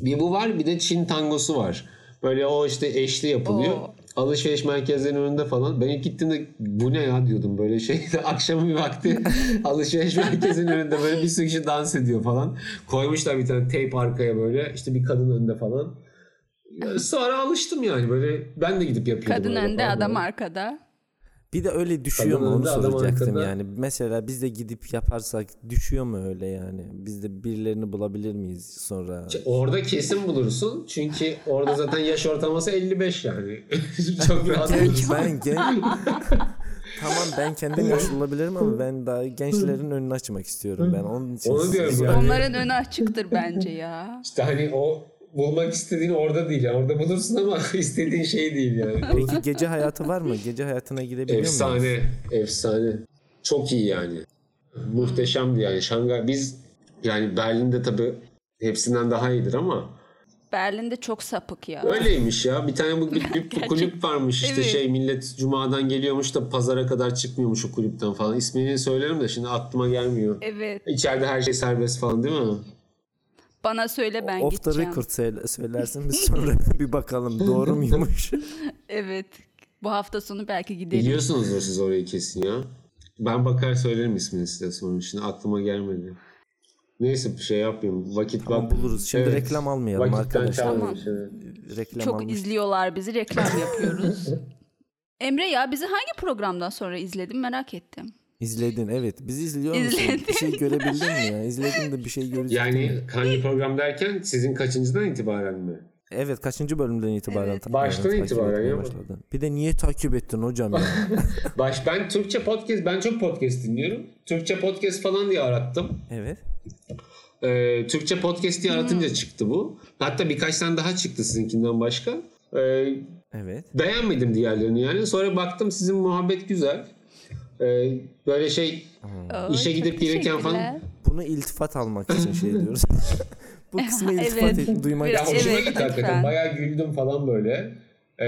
Speaker 2: Bir bu var bir de Çin tangosu var. Böyle o işte eşli yapılıyor.
Speaker 3: Oo.
Speaker 2: Alışveriş merkezlerinin önünde falan. Ben ilk gittiğimde bu ne ya diyordum böyle şey. Akşamın bir vakti alışveriş merkezinin önünde böyle bir sürü kişi dans ediyor falan. Koymuşlar bir tane tape arkaya böyle. işte bir kadın önde falan. Sonra alıştım yani böyle. Ben de gidip yapıyordum.
Speaker 3: Kadın
Speaker 2: öyle
Speaker 3: önde
Speaker 2: falan
Speaker 3: adam
Speaker 2: böyle.
Speaker 3: arkada.
Speaker 1: Bir de öyle düşüyor
Speaker 2: Kadın
Speaker 1: mu onu
Speaker 2: önde, adam
Speaker 1: soracaktım
Speaker 2: arkada.
Speaker 1: yani. Mesela biz de gidip yaparsak düşüyor mu öyle yani? Biz de birilerini bulabilir miyiz sonra?
Speaker 2: Orada kesin bulursun. Çünkü orada zaten yaş ortalaması 55 yani. Çok rahat
Speaker 1: Genç,
Speaker 2: bulursun.
Speaker 1: ben genç. tamam ben kendim yaşlı olabilirim ama ben daha gençlerin önünü açmak istiyorum ben. Onun için
Speaker 2: Onu
Speaker 1: sizi
Speaker 2: diyorum
Speaker 1: ziyaret-
Speaker 2: Yani-
Speaker 3: Onların önü açıktır bence ya.
Speaker 2: İşte hani o bulmak istediğin orada değil. Yani orada bulursun ama istediğin şey değil yani.
Speaker 1: Peki gece hayatı var mı? Gece hayatına gidebiliyor muyuz?
Speaker 2: efsane. Efsane. Çok iyi yani. Muhteşemdi yani. Şangay biz yani Berlin'de tabii hepsinden daha iyidir ama
Speaker 3: Berlin'de çok sapık ya.
Speaker 2: Öyleymiş ya. Bir tane bu bir, bir kulüp varmış işte
Speaker 3: Evet.
Speaker 2: şey millet cumadan geliyormuş da pazara kadar çıkmıyormuş o kulüpten falan. İsmini söylerim de şimdi aklıma gelmiyor.
Speaker 3: Evet.
Speaker 2: İçeride her şey serbest falan değil mi?
Speaker 3: Bana söyle ben
Speaker 1: Off the
Speaker 3: gideceğim.
Speaker 1: record söyle- söylersin biz sonra bir bakalım doğru muymuş?
Speaker 3: Evet. Bu hafta sonu belki gidelim.
Speaker 2: Biliyorsunuzdur siz orayı kesin ya. Ben bakar söylerim ismini size sonra. Şimdi aklıma gelmedi. Neyse bir şey yapmayayım. Vakit
Speaker 1: Tamam, buluruz. Şimdi reklam almayalım
Speaker 2: Vakitten
Speaker 1: arkadaşlar.
Speaker 2: çalmayalım şimdi.
Speaker 1: Reklam
Speaker 3: Çok
Speaker 1: almış.
Speaker 3: izliyorlar bizi. Reklam yapıyoruz. Emre ya bizi hangi programdan sonra izledin merak ettim.
Speaker 1: İzledin evet. Biz izliyor musun?
Speaker 3: İzledim.
Speaker 1: Bir şey görebildin mi ya? İzledin de bir şey görecektin mi?
Speaker 2: Yani hangi program derken sizin kaçıncıdan itibaren mi?
Speaker 1: Evet kaçıncı bölümden itibaren
Speaker 3: Evet.
Speaker 1: ta-
Speaker 2: Baştan
Speaker 1: takip
Speaker 2: itibaren
Speaker 1: etmeye
Speaker 2: ya.
Speaker 1: başladın? Bir de niye takip ettin hocam ya?
Speaker 2: Baş ben Türkçe podcast ben çok podcast dinliyorum. Türkçe podcast falan diye arattım.
Speaker 1: evet.
Speaker 2: Ee, Türkçe podcast diye aratınca çıktı bu. Hatta birkaç tane daha çıktı sizinkinden başka. Ee,
Speaker 1: Evet.
Speaker 2: beğenmedim diğerlerini yani. Sonra baktım sizin muhabbet güzel. Ee, böyle şey
Speaker 3: Oo,
Speaker 2: İşe
Speaker 3: çok
Speaker 2: gidip gelirken falan-
Speaker 3: teşekkürler.
Speaker 1: Bunu iltifat almak için şey diyoruz. Bu kısmı iltifat
Speaker 3: Evet.
Speaker 1: et- duymak
Speaker 3: Biraz
Speaker 2: ya
Speaker 1: için.
Speaker 2: hoşuma
Speaker 3: Evet,
Speaker 2: gitti hakikaten.
Speaker 3: lütfen.
Speaker 2: Bayağı güldüm falan böyle. Ee,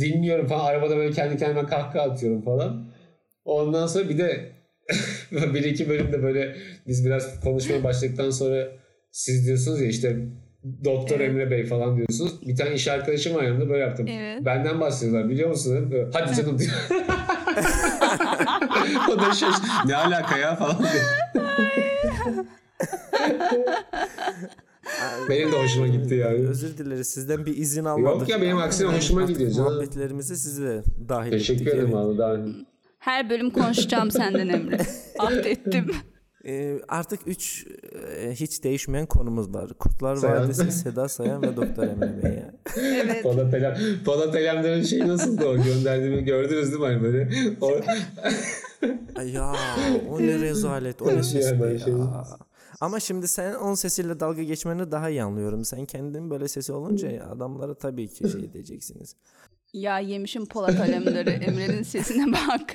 Speaker 2: dinliyorum falan. Arabada böyle kendi kendime kahkaha atıyorum falan. Ondan sonra bir de bir iki bölümde böyle biz biraz konuşmaya başladıktan sonra siz diyorsunuz ya işte Doktor
Speaker 3: Evet.
Speaker 2: Emre Bey falan diyorsunuz. Bir tane iş arkadaşım var yanımda böyle yaptım.
Speaker 3: Evet.
Speaker 2: Benden bahsediyorlar biliyor musun? Böyle, Hadi canım diyor. o da şey ne alaka ya falan diyor. Benim de hoşuma gitti yani.
Speaker 1: Özür dileriz sizden bir izin almadık.
Speaker 2: Yok ya benim aksine hoşuma
Speaker 1: Artık
Speaker 2: gidiyor canım.
Speaker 1: Muhabbetlerimizi size dahil
Speaker 2: Teşekkür
Speaker 1: ettik.
Speaker 2: ederim
Speaker 1: evet.
Speaker 2: abi. Daha...
Speaker 3: Her bölüm konuşacağım senden Emre. Affettim.
Speaker 1: Ee, artık 3 hiç değişmeyen konumuz var. Kurtlar
Speaker 2: Sayan.
Speaker 1: Vadisi, Seda Sayan ve Doktor Emre Bey. ya.
Speaker 3: Evet.
Speaker 2: Polat, Elem, Polat Elemdar'ın şeyi nasıldı o gönderdiğimi gördünüz değil mi? Hani böyle o,
Speaker 1: Ay Ya o ne rezalet, o ne
Speaker 2: Şey
Speaker 1: ses
Speaker 2: yani
Speaker 1: be
Speaker 2: şey-
Speaker 1: ya. Ama şimdi sen onun sesiyle dalga geçmeni daha iyi anlıyorum. Sen kendin böyle sesi olunca ya adamlara tabii ki şey edeceksiniz.
Speaker 3: Ya yemişim Polat Alemdar'ı. Emre'nin sesine bak.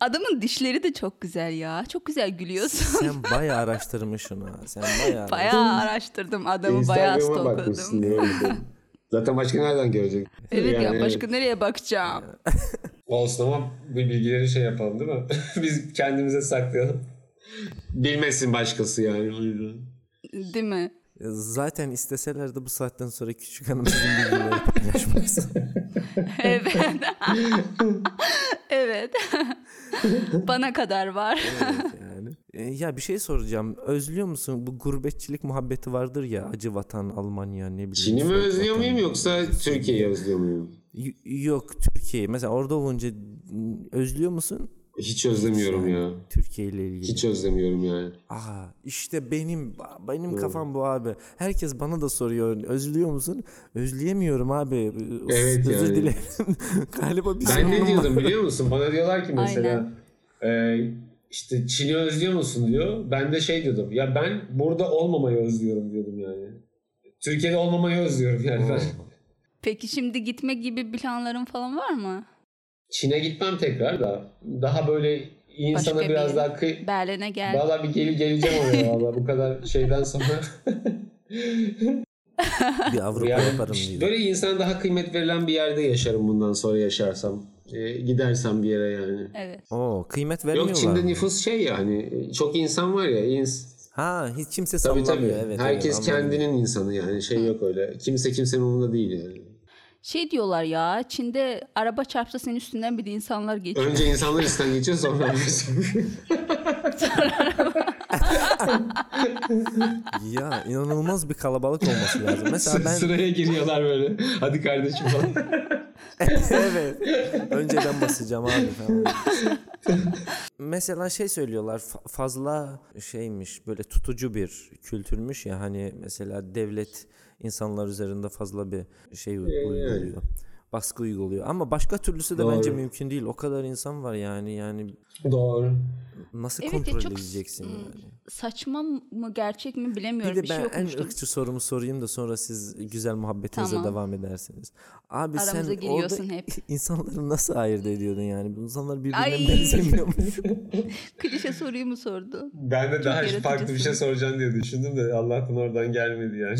Speaker 3: Adamın dişleri de çok güzel ya. Çok güzel gülüyorsun.
Speaker 1: Sen bayağı araştırmışsın ha. Sen bayağı.
Speaker 3: Bayağı araştırdım adamı. Bayağı
Speaker 2: Instagram'a
Speaker 3: stalkladım.
Speaker 2: bakmışsın diye. Zaten başka nereden görecek?
Speaker 3: Evet
Speaker 2: Yani
Speaker 3: ya başka nereye bakacağım?
Speaker 2: Olsun ama bu bilgileri şey yapalım değil mi? Biz kendimize saklayalım. Bilmesin başkası yani. o yüzden.
Speaker 3: Değil mi?
Speaker 1: Zaten isteselerdi bu saatten sonra küçük hanım sizin bilgileri paylaşmaz.
Speaker 3: Evet. evet. Bana kadar var.
Speaker 1: Evet yani. E, ya bir şey soracağım. Özlüyor musun? Bu gurbetçilik muhabbeti vardır ya. Acı vatan, Almanya ne bileyim.
Speaker 2: Çin'i mi
Speaker 1: soğuk
Speaker 2: özlüyor
Speaker 1: vatan.
Speaker 2: muyum yoksa Türkiye'yi özlüyor muyum?
Speaker 1: Y- yok Türkiye. Mesela orada olunca m, özlüyor musun?
Speaker 2: Hiç özlemiyorum ya.
Speaker 1: Türkiye ile ilgili.
Speaker 2: Hiç özlemiyorum yani.
Speaker 1: Aa işte benim ba- benim kafam bu abi. Herkes bana da soruyor. Özlüyor musun? Özleyemiyorum abi. Ö-
Speaker 2: Evet
Speaker 1: Özür
Speaker 2: yani.
Speaker 1: dilerim. Galiba bir
Speaker 2: Ben ne
Speaker 1: sorunum var.
Speaker 2: diyordum biliyor musun? Bana diyorlar ki mesela e, işte Çin'i özlüyor musun diyor. Ben de şey diyordum. Ya ben burada olmamayı özlüyorum diyordum yani. Türkiye'de olmamayı özlüyorum yani. Ben
Speaker 3: Peki şimdi gitme gibi planların falan var mı?
Speaker 2: Çin'e gitmem tekrar da. Daha böyle insana
Speaker 3: Başka
Speaker 2: biraz
Speaker 3: bir-
Speaker 2: daha kıy...
Speaker 3: Berlin'e gel.
Speaker 2: Valla bir gel geleceğim oraya valla bu kadar şeyden sonra.
Speaker 1: Bir Avrupa
Speaker 2: yani
Speaker 1: yaparım diyor.
Speaker 2: böyle insan daha kıymet verilen bir yerde yaşarım bundan sonra yaşarsam. E, gidersem bir yere yani.
Speaker 3: Evet.
Speaker 1: Oo kıymet vermiyorlar.
Speaker 2: Yok Çin'de
Speaker 1: mı?
Speaker 2: nüfus şey ya hani çok insan var ya ins
Speaker 1: Ha hiç kimse
Speaker 2: Tabii tabii.
Speaker 1: sallamıyor. Evet,
Speaker 2: Herkes
Speaker 1: evet, anladım.
Speaker 2: kendinin insanı yani şey yok öyle. Kimse kimsenin umurunda değil yani.
Speaker 3: Şey diyorlar ya Çin'de araba çarpsa senin üstünden bir de insanlar geçiyor.
Speaker 2: Önce insanlar üstten geçiyor sonra
Speaker 1: Ya inanılmaz bir kalabalık olması lazım. Mesela ben
Speaker 2: sıraya giriyorlar böyle. Hadi kardeşim falan.
Speaker 1: evet önceden basacağım abi falan. Mesela şey söylüyorlar fa- fazla şeymiş böyle tutucu bir kültürmüş ya hani mesela devlet insanlar üzerinde fazla bir şey u- uyguluyor. Baskı uyguluyor ama başka türlüsü de
Speaker 2: Doğru.
Speaker 1: bence mümkün değil. O kadar insan var yani yani
Speaker 2: Doğru.
Speaker 1: nasıl
Speaker 3: Evet ya,
Speaker 1: kontrol
Speaker 3: çok s-
Speaker 1: edeceksin
Speaker 3: hmm,
Speaker 1: yani.
Speaker 3: Saçma mı gerçek mi
Speaker 1: Bir
Speaker 3: bilemiyorum.
Speaker 1: de
Speaker 3: Bir,
Speaker 1: ben
Speaker 3: şey
Speaker 1: en
Speaker 3: okumuştum.
Speaker 1: ırkçı sorumu sorayım da sonra siz güzel muhabbetinize
Speaker 3: Tamam.
Speaker 1: devam edersiniz. Abi
Speaker 3: Aramıza
Speaker 1: sen orada
Speaker 3: giriyorsun hep.
Speaker 1: insanları nasıl ayırt ediyordun yani? Bu insanlar birbirine
Speaker 3: Ay.
Speaker 1: benzemiyor mu?
Speaker 3: Klişe soruyu mu sordu?
Speaker 2: Ben de daha
Speaker 3: yaratıcısın.
Speaker 2: farklı bir şey soracağım diye düşündüm de Allah'tan oradan gelmedi yani.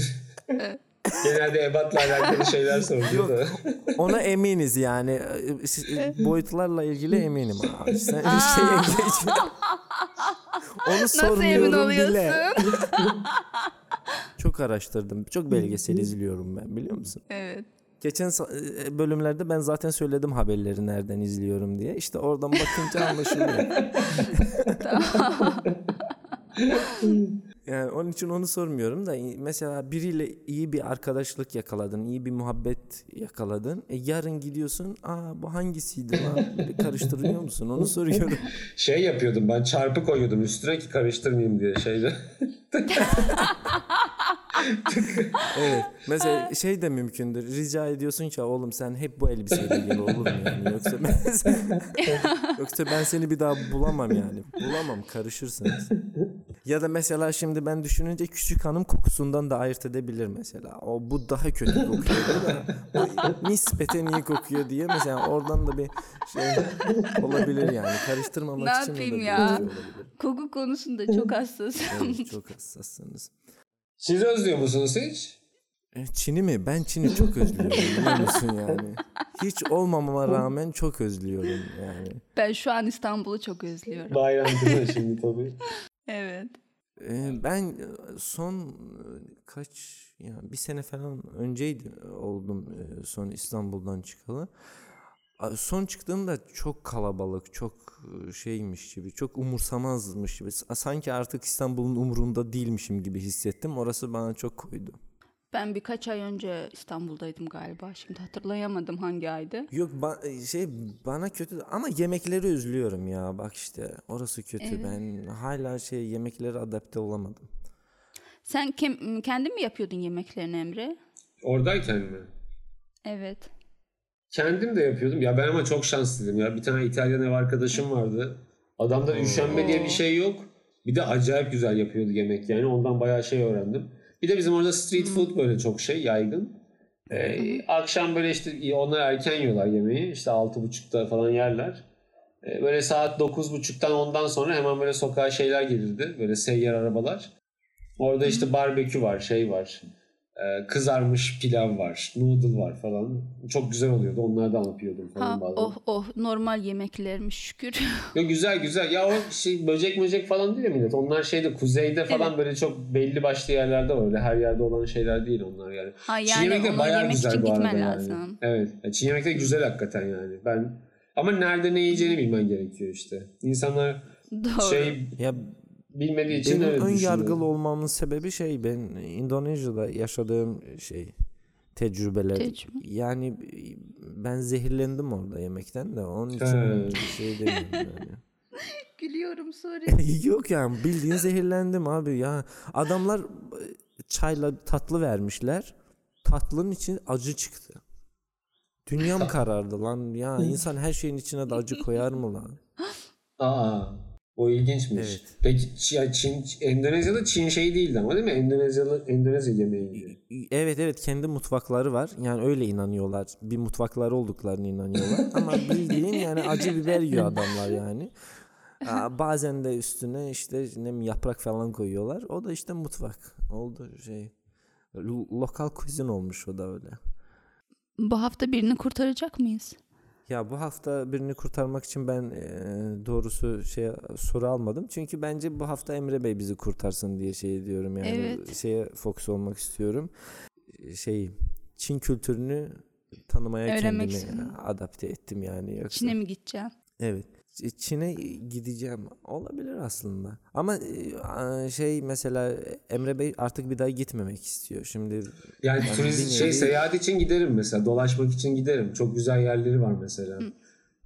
Speaker 2: Genelde ebatla alakalı şeyler soruluyor da.
Speaker 1: Ona eminiz yani. Ee, Siz- e, Boyutlarla ilgili eminim abi. Sen şeye geç. Onu
Speaker 3: Nasıl emin
Speaker 1: sormuyorum bile.
Speaker 3: oluyorsun?
Speaker 1: Çok araştırdım. Çok belgesel izliyorum ben biliyor musun?
Speaker 3: evet.
Speaker 1: Geçen sa- e, bölümlerde ben zaten söyledim haberleri nereden izliyorum diye. İşte oradan bakınca anlaşılıyor. Yani onun için onu sormuyorum da mesela biriyle iyi bir arkadaşlık yakaladın, iyi bir muhabbet yakaladın. E yarın gidiyorsun, aa bu hangisiydi lan? Böyle karıştırıyor musun? Onu soruyorum.
Speaker 2: Şey yapıyordum ben çarpı koyuyordum üstüne ki karıştırmayayım diye şeyde.
Speaker 1: evet. Mesela şey de mümkündür. Rica ediyorsun ki oğlum sen hep bu elbiseyle gel oğlum yani. Yoksa ben, yoksa ben seni bir daha bulamam yani. Bulamam karışırsınız. Ya da mesela şimdi ben düşününce küçük hanım kokusundan da ayırt edebilir mesela. O bu daha kötü kokuyor da o nispeten iyi kokuyor diye mesela oradan da bir şey olabilir yani. Karıştırmamak
Speaker 3: Ne
Speaker 1: için de
Speaker 3: yapayım
Speaker 1: bir
Speaker 3: ya?
Speaker 1: şey olabilir.
Speaker 3: Koku konusunda çok hassasım.
Speaker 1: Evet, çok hassassınız.
Speaker 2: Siz özlüyor musunuz hiç?
Speaker 1: E, Çin'i mi? Ben Çin'i çok özlüyorum biliyor musun yani? Hiç olmamama rağmen çok özlüyorum yani.
Speaker 3: Ben şu an İstanbul'u çok özlüyorum.
Speaker 2: Bayramda şimdi tabii.
Speaker 3: Evet.
Speaker 1: E, Ben e, son e, kaç yani bir sene falan önceydi e, oldum e, son İstanbul'dan çıkalı. A, Son çıktığımda çok kalabalık, çok e, şeymiş gibi, çok umursamazmış gibi. S- Sanki artık İstanbul'un umurunda değilmişim gibi hissettim. Orası bana çok koydu.
Speaker 3: Ben birkaç ay önce İstanbul'daydım galiba. Şimdi hatırlayamadım hangi aydı.
Speaker 1: Yok ba- şey bana kötü ama yemekleri üzülüyorum ya bak işte orası kötü ben hala şey yemeklere adapte olamadım.
Speaker 3: Sen kem- kendin mi yapıyordun yemeklerini Emre?
Speaker 2: Oradayken mi?
Speaker 3: Evet.
Speaker 2: Kendim de yapıyordum. Ya ben ama çok şanslıydım ya. Bir tane İtalyan ev arkadaşım vardı. Adamda üşenme diye bir şey yok. Bir de acayip güzel yapıyordu yemek yani. Ondan bayağı şey öğrendim. Bir de bizim orada street food böyle çok şey yaygın. Ee, akşam böyle işte onlar erken yiyorlar yemeği. İşte 6.30'da falan yerler. Ee, böyle saat 9.30'dan ondan sonra hemen böyle sokağa şeyler gelirdi. Böyle seyyar arabalar. Orada işte barbekü var, şey var. Ee, kızarmış pilav var, noodle var falan. Çok güzel oluyordu. Onlardan yapıyordum
Speaker 3: Ha,
Speaker 2: falan bazen.
Speaker 3: oh oh normal yemeklermiş şükür.
Speaker 2: Ya güzel güzel. Ya o şey böcek böcek falan değil ya millet. Onlar şeyde kuzeyde falan böyle çok belli başlı yerlerde var. Öyle her yerde olan şeyler değil onlar yani.
Speaker 3: Ha
Speaker 2: Çin
Speaker 3: yani
Speaker 2: yemek de
Speaker 3: onu
Speaker 2: bayağı
Speaker 3: yemek
Speaker 2: güzel
Speaker 3: için
Speaker 2: bu arada
Speaker 3: gitmen
Speaker 2: yani.
Speaker 3: lazım.
Speaker 2: Evet. Ya Çin yemek de güzel hakikaten yani. Ben ama nerede ne yiyeceğini bilmen gerekiyor işte. İnsanlar
Speaker 3: Doğru.
Speaker 2: şey
Speaker 1: Ya
Speaker 2: bilmediği için
Speaker 1: benim
Speaker 2: öyle
Speaker 1: ön
Speaker 2: düşünüyor.
Speaker 1: yargılı olmamın sebebi şey ben İndonezya'da yaşadığım şey tecrübeler.
Speaker 3: Tecrübe.
Speaker 1: Yani ben zehirlendim orada yemekten de onun için
Speaker 2: He.
Speaker 1: bir şey demiyorum yani.
Speaker 3: Gülüyorum sorry.
Speaker 1: Yok yani bildiğin zehirlendim abi ya. Adamlar e, çayla tatlı vermişler. Tatlının için acı çıktı. Dünyam karardı lan ya insan her şeyin içine de acı koyar mı lan?
Speaker 2: Aa, o ilginçmiş.
Speaker 1: Evet.
Speaker 2: Peki Ç- ya Çin, Endonezya'da Çin şey değildi ama değil mi? Endonezyalı Endonezya
Speaker 1: Ee,
Speaker 2: yemeğiydi.
Speaker 1: Evet evet kendi mutfakları var yani öyle inanıyorlar bir mutfakları olduklarını inanıyorlar ama bildiğin yani acı biber yiyor adamlar yani. Aa, Bazen de üstüne işte ne bileyim yaprak falan koyuyorlar o da işte mutfak oldu şey lo- lokal kuzin olmuş o da öyle.
Speaker 3: Bu hafta birini kurtaracak mıyız?
Speaker 1: Ya bu hafta birini kurtarmak için ben e, doğrusu şey soru almadım. Çünkü bence bu hafta Emre Bey bizi kurtarsın diye şey diyorum yani.
Speaker 3: Evet.
Speaker 1: Şeye fokus olmak istiyorum. E, Şey Çin kültürünü tanımaya
Speaker 3: Öğrenmek
Speaker 1: kendimi
Speaker 3: istiyorum.
Speaker 1: adapte ettim yani. Yoksa...
Speaker 3: Çin'e mi gideceğim?
Speaker 1: Evet. Ç- Çin'e gideceğim. Olabilir aslında. Ama e, a- şey mesela Emre Bey artık bir daha gitmemek istiyor. Şimdi
Speaker 2: Yani
Speaker 1: Yani
Speaker 2: turizm
Speaker 1: bir
Speaker 2: şey
Speaker 1: nevi-
Speaker 2: seyahat için giderim mesela. Dolaşmak için giderim. Çok güzel yerleri var mesela.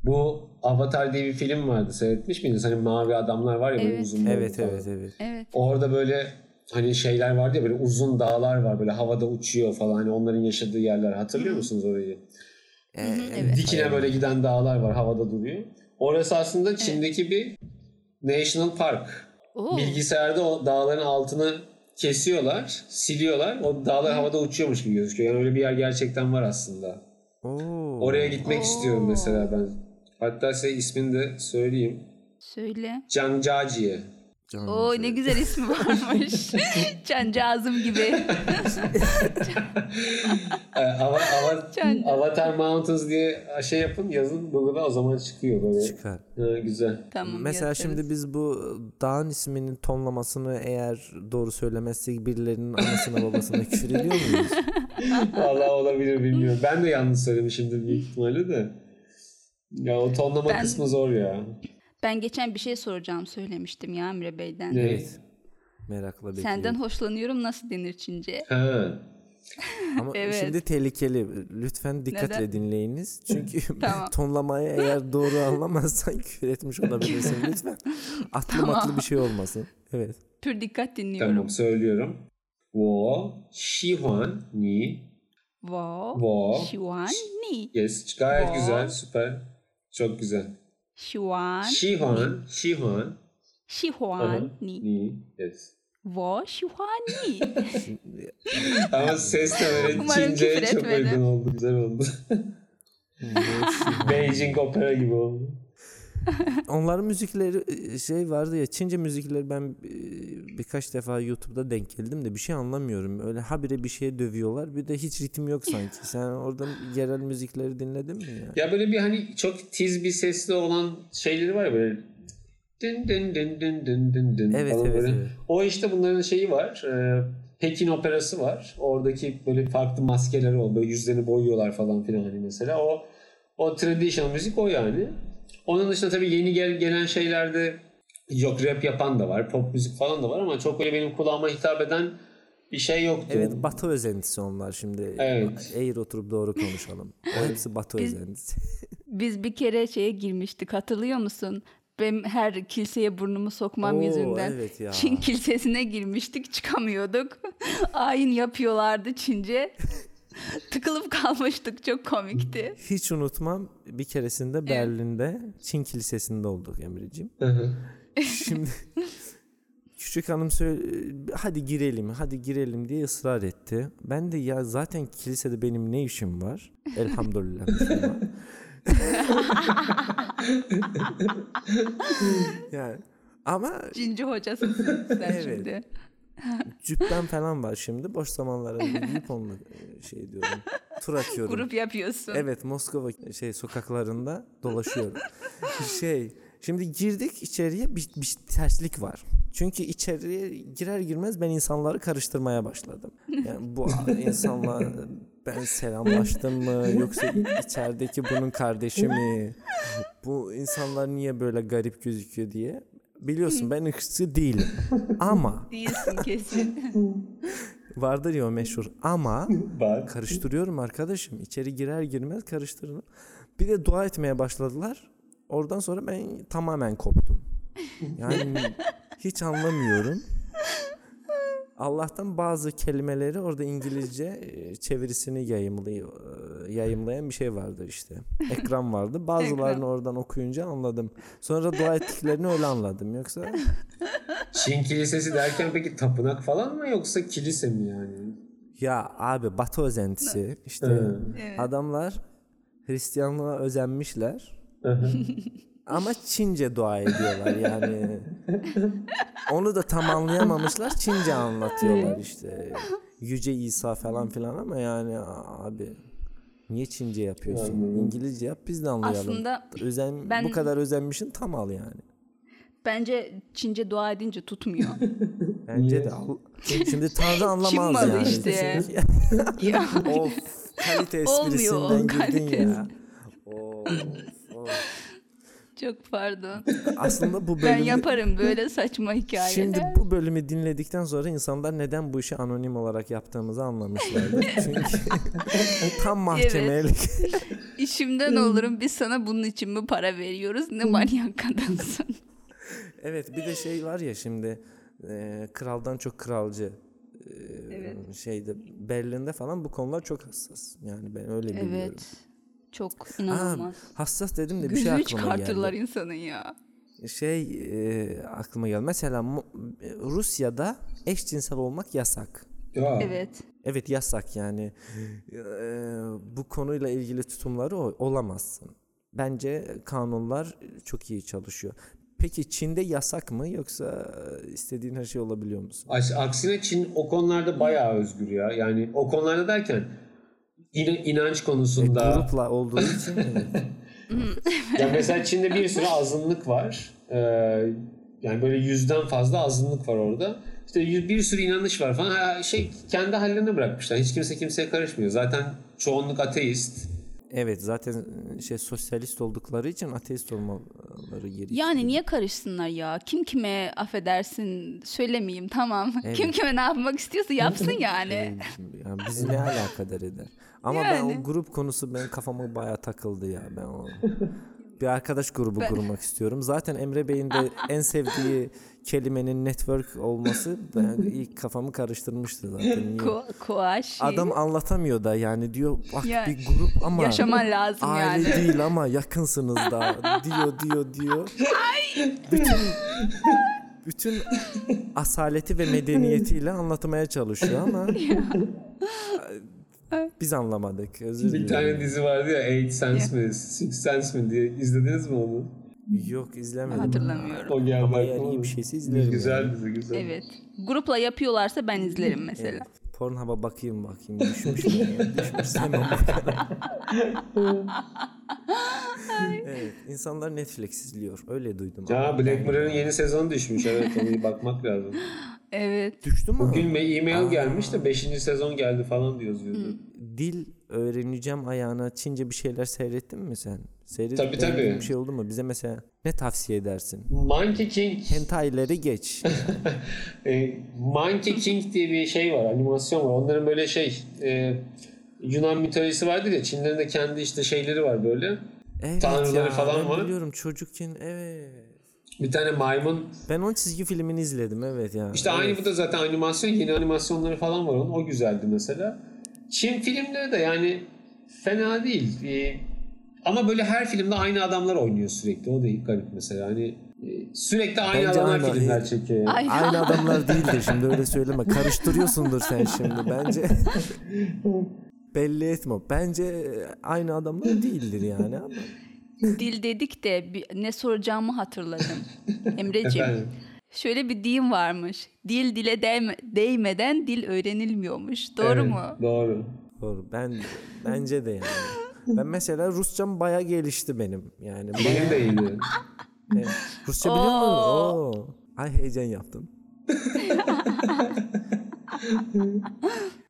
Speaker 2: Bu Avatar diye bir film vardı. Seyretmiş miydiniz? Hani mavi adamlar var ya böyle
Speaker 3: Evet.
Speaker 2: uzun. boylu
Speaker 1: evet
Speaker 2: falan.
Speaker 1: evet evet.
Speaker 3: Evet.
Speaker 2: Orada böyle hani şeyler vardı ya böyle uzun dağlar var böyle havada uçuyor falan hani onların yaşadığı yerler hatırlıyor musunuz orayı?
Speaker 1: E,
Speaker 3: evet.
Speaker 2: Dikine böyle giden dağlar var havada duruyor. Orası aslında Çin'deki bir national park.
Speaker 3: Oo.
Speaker 2: Bilgisayarda o dağların altını kesiyorlar, siliyorlar. O dağlar havada uçuyormuş gibi gözüküyor. Yani öyle bir yer gerçekten var aslında.
Speaker 1: Oo.
Speaker 2: Oraya gitmek
Speaker 3: Oo.
Speaker 2: istiyorum mesela ben. Hatta size ismini de söyleyeyim.
Speaker 3: Söyle.
Speaker 2: Cangcaciye.
Speaker 1: Can
Speaker 3: Oo
Speaker 1: Yücel.
Speaker 3: ne güzel ismi varmış. Cancağızım gibi.
Speaker 2: Ee, Ava, Ava-
Speaker 3: Cangca-
Speaker 2: Avatar Mountains diye şey yapın yazın Google'a o zaman çıkıyor böyle.
Speaker 1: Çıkar.
Speaker 2: Ha, güzel.
Speaker 3: Tamam.
Speaker 1: Mesela
Speaker 3: yazarız.
Speaker 1: şimdi biz bu dağın isminin tonlamasını eğer doğru söylemezsek birilerinin anasına babasına küfür ediyor muyuz?
Speaker 2: Vallahi olabilir bilmiyorum. Ben de yanlış söylemişimdir büyük ihtimalle de. Ya o tonlama
Speaker 3: Ben-
Speaker 2: kısmı zor ya.
Speaker 3: Ben geçen bir şey soracağım söylemiştim ya Emre Bey'den.
Speaker 2: Evet.
Speaker 1: Merakla bekliyorum.
Speaker 3: Senden hoşlanıyorum nasıl denir Çince?
Speaker 2: Ha.
Speaker 1: Ama
Speaker 3: Evet.
Speaker 1: şimdi tehlikeli. Lütfen dikkatle
Speaker 3: Neden?
Speaker 1: dinleyiniz. Çünkü
Speaker 3: Tamam.
Speaker 1: tonlamayı eğer doğru anlamazsan küfür etmiş olabilirsin. Lütfen atlı
Speaker 3: Tamam.
Speaker 1: matlı bir şey olmasın. Evet.
Speaker 3: Pür dikkat dinliyorum.
Speaker 2: Tamam söylüyorum. Wo Shihuan ni
Speaker 3: Wow.
Speaker 2: wo
Speaker 3: Şuan ni.
Speaker 2: Yes gayet
Speaker 3: Wo.
Speaker 2: güzel süper. Çok güzel.
Speaker 3: Şuan.
Speaker 2: Shihuan Shihuan
Speaker 3: Şihuan ni.
Speaker 2: ni Yes.
Speaker 3: Wo şihuan ni.
Speaker 2: Ama ses de böyle
Speaker 3: Umarım
Speaker 2: Çince'ye
Speaker 3: küfür
Speaker 2: çok
Speaker 3: etmedim.
Speaker 2: uygun oldu. Güzel oldu. Beijing opera gibi oldu.
Speaker 1: Onların müzikleri e, şey vardı ya Çince müzikleri ben e, birkaç defa YouTube'da denk geldim de bir şey anlamıyorum. Öyle habire bir şeye dövüyorlar. Bir de hiç ritim yok sanki. Sen orada yerel müzikleri dinledin mi ya?
Speaker 2: Ya böyle bir hani çok tiz bir sesli olan şeyleri var ya böyle. Dın dın dın dın dın dın dın
Speaker 1: Evet,
Speaker 2: falan
Speaker 1: evet,
Speaker 2: böyle.
Speaker 1: evet.
Speaker 2: O işte bunların şeyi var. e, Pekin operası var. Oradaki böyle farklı maskeleri var. Böyle yüzlerini boyuyorlar falan filan hani mesela. O o traditional müzik o yani. Onun dışında tabii yeni gel, gelen şeylerde yok rap yapan da var. Pop müzik falan da var ama çok öyle benim kulağıma hitap eden bir şey yoktu.
Speaker 1: Evet batı özentisi onlar şimdi.
Speaker 2: Evet.
Speaker 1: Eğir oturup doğru konuşalım. O hepsi batı
Speaker 3: Biz-
Speaker 1: özentisi.
Speaker 3: Biz bir kere şeye girmiştik hatırlıyor musun? Benim her kiliseye burnumu sokmam
Speaker 1: Oo,
Speaker 3: yüzünden.
Speaker 1: evet ya.
Speaker 3: Çin kilisesine girmiştik çıkamıyorduk. Ayin yapıyorlardı Çince. Tıkılıp kalmıştık çok komikti.
Speaker 1: Hiç unutmam bir keresinde Berlin'de Çin kilisesinde olduk Emre'ciğim.
Speaker 2: Hı hı.
Speaker 1: Şimdi küçük hanım söyle hadi girelim hadi girelim diye ısrar etti. Ben de ya zaten kilisede benim ne işim var? Elhamdülillah. Müslüman. yani ama
Speaker 3: Çince hocasın sen
Speaker 1: Evet.
Speaker 3: şimdi.
Speaker 1: cübben falan var şimdi. Boş zamanlarımda gidip onunla e, şey diyorum. Tur atıyorum.
Speaker 3: Grup yapıyorsun.
Speaker 1: Evet Moskova şey sokaklarında dolaşıyorum. şey şimdi girdik içeriye bir, bir terslik var. Çünkü içeriye girer girmez ben insanları karıştırmaya başladım. Yani bu insanlar ben selamlaştım mı yoksa içerideki bunun kardeşi mi? Bu insanlar niye böyle garip gözüküyor diye. Biliyorsun ben ırkçı değilim. Ama
Speaker 3: Değilsin kesin.
Speaker 1: vardır ya o meşhur ama
Speaker 2: Bak.
Speaker 1: Karıştırıyorum arkadaşım. İçeri girer girmez karıştırdım. Bir de dua etmeye başladılar. Oradan sonra ben tamamen koptum. Yani hiç anlamıyorum. Allah'tan bazı kelimeleri orada İngilizce e, çevirisini yayımlıyor, e, yayımlayan bir şey vardı işte. Ekran vardı. Bazılarını oradan okuyunca anladım. Sonra dua ettiklerini öyle anladım. Yoksa
Speaker 2: Çin kilisesi derken peki tapınak falan mı yoksa kilise mi yani?
Speaker 1: Ya abi Batı özentisi işte
Speaker 3: Evet.
Speaker 1: adamlar Hristiyanlığa özenmişler
Speaker 2: Hı hı.
Speaker 1: ama Çince dua ediyorlar yani. Onu da tam anlayamamışlar Çince anlatıyorlar işte. Yüce İsa falan filan ama yani abi niye Çince yapıyorsun? İngilizce yap biz de anlayalım.
Speaker 3: Aslında
Speaker 1: Özen,
Speaker 3: ben-
Speaker 1: bu kadar özenmişin tam al yani.
Speaker 3: Bence Çince dua edince tutmuyor.
Speaker 1: Bence de al. Şimdi Tanrı anlamaz
Speaker 3: malı
Speaker 1: yani.
Speaker 3: işte.
Speaker 1: Şimdi-
Speaker 3: ya,
Speaker 1: Of kalite esprisinden
Speaker 3: Olmuyor o
Speaker 1: girdin
Speaker 3: kalite
Speaker 1: ya. Of, of.
Speaker 3: çok pardon.
Speaker 1: Aslında bu
Speaker 3: Ben
Speaker 1: bölümü
Speaker 3: yaparım böyle saçma hikayeler.
Speaker 1: Şimdi bu bölümü dinledikten sonra insanlar neden bu işi anonim olarak yaptığımızı anlamışlardır. Çünkü tam mahkemelik.
Speaker 3: İşimden olurum biz sana bunun için mi para veriyoruz? Ne manyak kadınsın.
Speaker 1: Evet bir de şey var ya şimdi e, kraldan çok kralcı e,
Speaker 3: Evet.
Speaker 1: şeyde Berlin'de falan bu konular çok hassas. Yani ben öyle biliyorum.
Speaker 3: evet. Çok
Speaker 1: Ha,
Speaker 3: inanılmaz.
Speaker 1: hassas dedim de bir
Speaker 3: Gözü
Speaker 1: şey aklıma geldi.
Speaker 3: çıkartırlar insanın ya.
Speaker 1: şey e, aklıma geldi. Mesela Mo- e, Rusya'da eşcinsel olmak yasak.
Speaker 2: Ya.
Speaker 3: Evet.
Speaker 1: Evet yasak yani. E, bu konuyla ilgili tutumları o- olamazsın. Bence kanunlar çok iyi çalışıyor. Peki Çin'de yasak mı yoksa istediğin her şey olabiliyor musun?
Speaker 2: Aş- Aksine Çin o konularda bayağı özgür ya. Yani o konularda derken yine inanç konusunda.
Speaker 1: E, Grupla olduğu için evet.
Speaker 2: ya mesela Çin'de bir sürü azınlık var. Ee, yani böyle yüzden fazla azınlık var orada. İşte y- bir sürü inanış var falan. Ha, şey kendi hallerine bırakmışlar. Hiç kimse kimseye karışmıyor. Zaten çoğunluk ateist.
Speaker 1: Evet zaten şey sosyalist oldukları için ateist olmaları gerekiyor.
Speaker 3: Yani niye karışsınlar ya? Kim kime affedersin söylemeyeyim tamam.
Speaker 1: Evet.
Speaker 3: Kim kime ne yapmak istiyorsa yapsın yani.
Speaker 1: Yani bizi ne alakadar eder? Ama ben
Speaker 3: Yani.
Speaker 1: o grup konusu benim kafama bayağı takıldı ya ben o. Bir arkadaş grubu kurmak istiyorum. Zaten Emre Bey'in de en sevdiği kelimenin network olması ben ilk kafamı karıştırmıştı zaten. Niye?
Speaker 3: Ko şey koaşi.
Speaker 1: Adam anlatamıyor da yani diyor bak
Speaker 3: Ya-
Speaker 1: bir grup ama
Speaker 3: Yaşaman lazım
Speaker 1: aile
Speaker 3: yani.
Speaker 1: değil ama yakınsınız da diyor diyor diyor. Bütün bütün asaleti ve medeniyetiyle anlatmaya çalışıyor ama biz anlamadık. Özür
Speaker 2: Bir
Speaker 1: dilerim.
Speaker 2: tane dizi vardı ya Eight Sense mi, Six Sense mi diye izlediniz mi onu?
Speaker 1: Yok izlemedim.
Speaker 3: Hatırlamıyorum.
Speaker 2: O geldi
Speaker 1: Ama yani
Speaker 2: aklıma.
Speaker 1: iyi bir şeyse izlerim
Speaker 2: Güzel
Speaker 1: yani.
Speaker 2: dizi güzel.
Speaker 3: Evet. Grupla yapıyorlarsa ben izlerim mesela.
Speaker 1: Evet. Pornhub'a bakayım bakayım düşmüş mü? Düşmüş hemen bakarım. evet, insanlar Netflix izliyor. Öyle duydum.
Speaker 2: Ya Black Mirror'ın yeni sezonu düşmüş evet ona bir bakmak lazım.
Speaker 3: Evet.
Speaker 1: Düştü mü?
Speaker 2: Bugün me- e-mail gelmiş de 5. sezon geldi falan diyor yazıyordu.
Speaker 1: dil öğreneceğim ayağına Çince bir şeyler seyrettin mi sen? Seyredip
Speaker 2: Tabii,
Speaker 1: beğendiğin
Speaker 2: tabii.
Speaker 1: bir şey oldu mu? Bize mesela ne tavsiye edersin?
Speaker 2: Monkey King
Speaker 1: Hentai'leri geç.
Speaker 2: E, Monkey King diye bir şey var, animasyon var. Onların böyle şey, e, Yunan mitolojisi vardır ya, Çinlerin de kendi işte şeyleri var böyle.
Speaker 1: Evet
Speaker 2: Tanrıları
Speaker 1: ya,
Speaker 2: falan
Speaker 1: ben
Speaker 2: var.
Speaker 1: biliyorum çocukken evet.
Speaker 2: Bir tane maymun,
Speaker 1: Ben onun çizgi filmini izledim evet ya.
Speaker 2: işte
Speaker 1: evet.
Speaker 2: aynı bu da zaten animasyon, yeni animasyonları falan var onun, o güzeldi mesela. Çin filmleri de yani fena değil. E, ama böyle her filmde aynı adamlar oynuyor sürekli, o da garip mesela. Hani e, sürekli aynı
Speaker 1: Bence
Speaker 2: adamlar
Speaker 1: aynı.
Speaker 2: filmler çekiyor. yani.
Speaker 3: Aynı.
Speaker 1: Aynı adamlar değildir şimdi öyle söyleme. Karıştırıyorsundur sen şimdi bence. Belli etme. Bence aynı adamlar değildir yani ama.
Speaker 3: Dil dedik de bir- ne soracağımı hatırladım. Emreciğim.
Speaker 2: Efendim?
Speaker 3: Şöyle bir deyim varmış. Dil dile değme- değmeden dil öğrenilmiyormuş. Doğru
Speaker 2: Evet,
Speaker 3: mu?
Speaker 2: Doğru.
Speaker 1: Doğru. Ben bence de yani. Ben mesela Rusçam baya gelişti benim. Yani
Speaker 2: Benim de iyiydi.
Speaker 1: Evet. Rusça biliyor musun? Oo. Ay heyecan yaptım.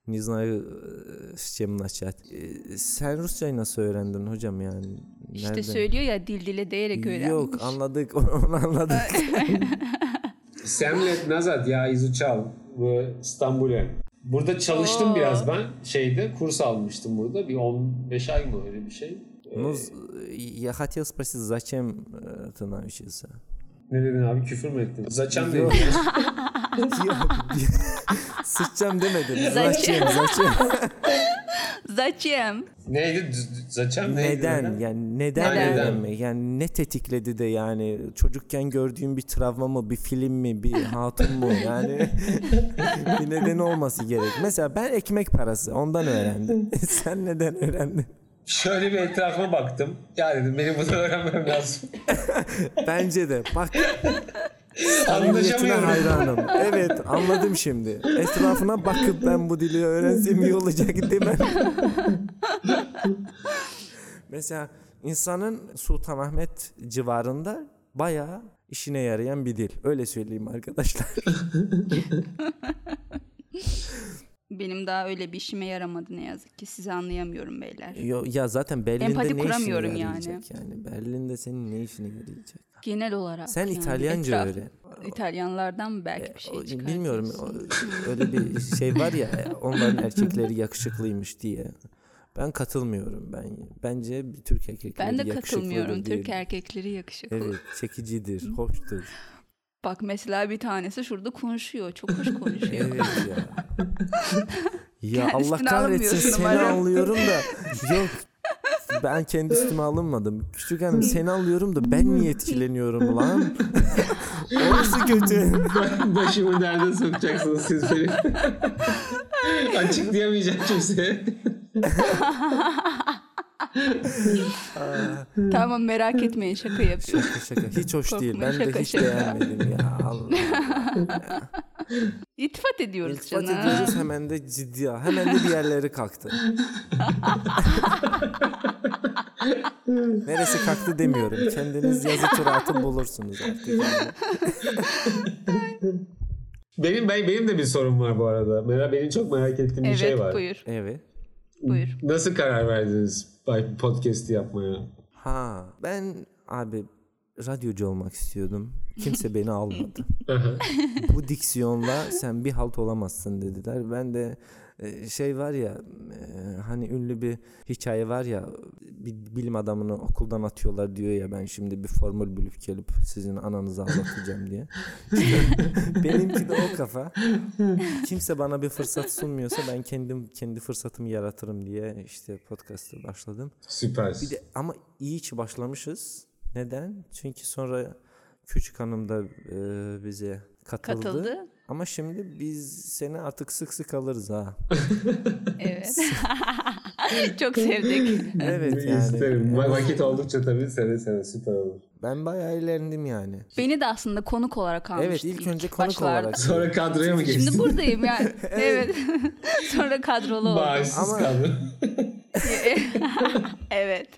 Speaker 1: Не знаю, э, с чем начать. Э, Sen Rusçayı nasıl öğrendin hocam yani? Nereden?
Speaker 3: İşte söylüyor ya dil dile değerek öğrenmiş.
Speaker 1: Yok anladık onu anladık.
Speaker 2: Semlet Nazat ya İzuçal bu İstanbul'e. Burada çalıştım
Speaker 3: Oo.
Speaker 2: biraz ben şeyde kurs almıştım burada bir 15 ay mı öyle bir şey.
Speaker 1: Ну, з- я хотел спросить, зачем э, ты научился?
Speaker 2: Ne dedin abi küfür mü ettin? Zaçan dedin.
Speaker 1: Yok. Yok, Sıçacağım demedim. Зачем?
Speaker 3: Зачем?
Speaker 1: Зачем?
Speaker 3: Zaçem.
Speaker 2: Neydi? Z- z- Zaçan neydi?
Speaker 1: Neden? Yani neden,
Speaker 2: Neden?
Speaker 1: öğrenme? Yani ne tetikledi de yani çocukken gördüğün bir travma mı, bir film mi, bir hatun mu? Yani bir nedeni olması gerek. Mesela ben ekmek parası ondan öğrendim. Sen neden öğrendin?
Speaker 2: Şöyle bir etrafıma baktım. Ya dedim benim bunu öğrenmem lazım.
Speaker 1: Bence de. Bak milletine
Speaker 2: Anlaşamıyorum.
Speaker 1: hayranım. Evet anladım şimdi. Etrafına bakıp ben bu dili öğrensem iyi olacak değil mi? Mesela insanın Sultanahmet civarında bayağı işine yarayan bir dil. Öyle söyleyeyim arkadaşlar.
Speaker 3: Benim daha öyle bir işime yaramadı ne yazık ki. Sizi anlayamıyorum beyler.
Speaker 1: Yo, ya zaten Berlin'de
Speaker 3: Empati
Speaker 1: ne işine
Speaker 3: kuramıyorum yani.
Speaker 1: yarayacak yani. Berlin'de senin ne işine yarayacak?
Speaker 3: Genel olarak.
Speaker 1: Sen
Speaker 3: yani
Speaker 1: İtalyanca
Speaker 3: etraf-
Speaker 1: öğren. E,
Speaker 3: İtalyanlardan mı belki bir
Speaker 1: O-
Speaker 3: şey çıkar?
Speaker 1: Bilmiyorum o- öyle bir şey var ya onların erkekleri yakışıklıymış diye. Ben katılmıyorum ben. Bence bir Türk erkekleri
Speaker 3: Ben de
Speaker 1: yakışıklıdır
Speaker 3: katılmıyorum.
Speaker 1: diye.
Speaker 3: Türk erkekleri yakışıklı.
Speaker 1: Evet çekicidir, hoştur.
Speaker 3: Bak mesela bir tanesi şurada konuşuyor. Çok hoş konuşuyor.
Speaker 1: Evet ya. Ya
Speaker 3: Kendisini
Speaker 1: Allah kahretsin
Speaker 3: alamıyorsun
Speaker 1: seni
Speaker 3: umarım.
Speaker 1: anlıyorum da yok ben kendi üstüme alınmadım. Küçük hanım seni alıyorum da ben niye etkileniyorum lan? Orası kötü.
Speaker 2: Başımı derde sokacaksınız siz benim. Açıklayamayacağım kimseye.
Speaker 3: tamam merak etmeyin şaka yapıyorum.
Speaker 1: Şaka şaka hiç hoş değil.
Speaker 3: Korkma,
Speaker 1: Ben de
Speaker 3: şaka
Speaker 1: hiç
Speaker 3: şaka.
Speaker 1: beğenmedim ya. Allah.
Speaker 3: İltifat ediyoruz
Speaker 1: İltifat
Speaker 3: canım.
Speaker 1: ediyoruz hemen de ciddi. Hemen de bir yerleri kalktı. Neresi kalktı demiyorum. Kendiniz yazı tura atıp bulursunuz artık. yani.
Speaker 2: Benim, ben, benim de bir sorum var bu arada. Merak, benim çok merak ettiğim bir
Speaker 3: Evet
Speaker 2: şey var.
Speaker 3: buyur.
Speaker 1: Evet.
Speaker 3: Buyur.
Speaker 2: Nasıl karar verdiniz podcast'i yapmaya?
Speaker 1: Ha ben abi radyocu olmak istiyordum. Kimse beni almadı. Bu diksiyonla sen bir halt olamazsın dediler. Ben de e, şey var ya e, hani ünlü bir hikaye var ya bir bilim adamını okuldan atıyorlar diyor ya ben şimdi bir formül bulup gelip sizin ananızı anlatacağım diye. Benimki de o kafa. Kimse bana bir fırsat sunmuyorsa ben kendim kendi fırsatımı yaratırım diye işte podcast'a başladım.
Speaker 2: Süper.
Speaker 1: Bir de ama iyi ki başlamışız. Neden? Çünkü sonra küçük hanım da e, bize katıldı.
Speaker 3: Katıldı.
Speaker 1: Ama şimdi biz seni artık sık sık alırız ha.
Speaker 3: Evet. Çok sevdik.
Speaker 1: evet
Speaker 2: İsterim.
Speaker 1: yani.
Speaker 2: Va- Vakit oldukça tabii seve seve süper olur.
Speaker 1: Ben bayağı eğlendim yani.
Speaker 3: Beni de aslında konuk olarak almıştı.
Speaker 1: Evet ilk önce konuk
Speaker 3: başlarda.
Speaker 1: olarak.
Speaker 2: Sonra kadroya mı geçtin?
Speaker 3: Şimdi buradayım yani. evet. Sonra kadrolu oldum.
Speaker 2: Bağışsız
Speaker 1: Ama-
Speaker 2: kadro.
Speaker 3: evet.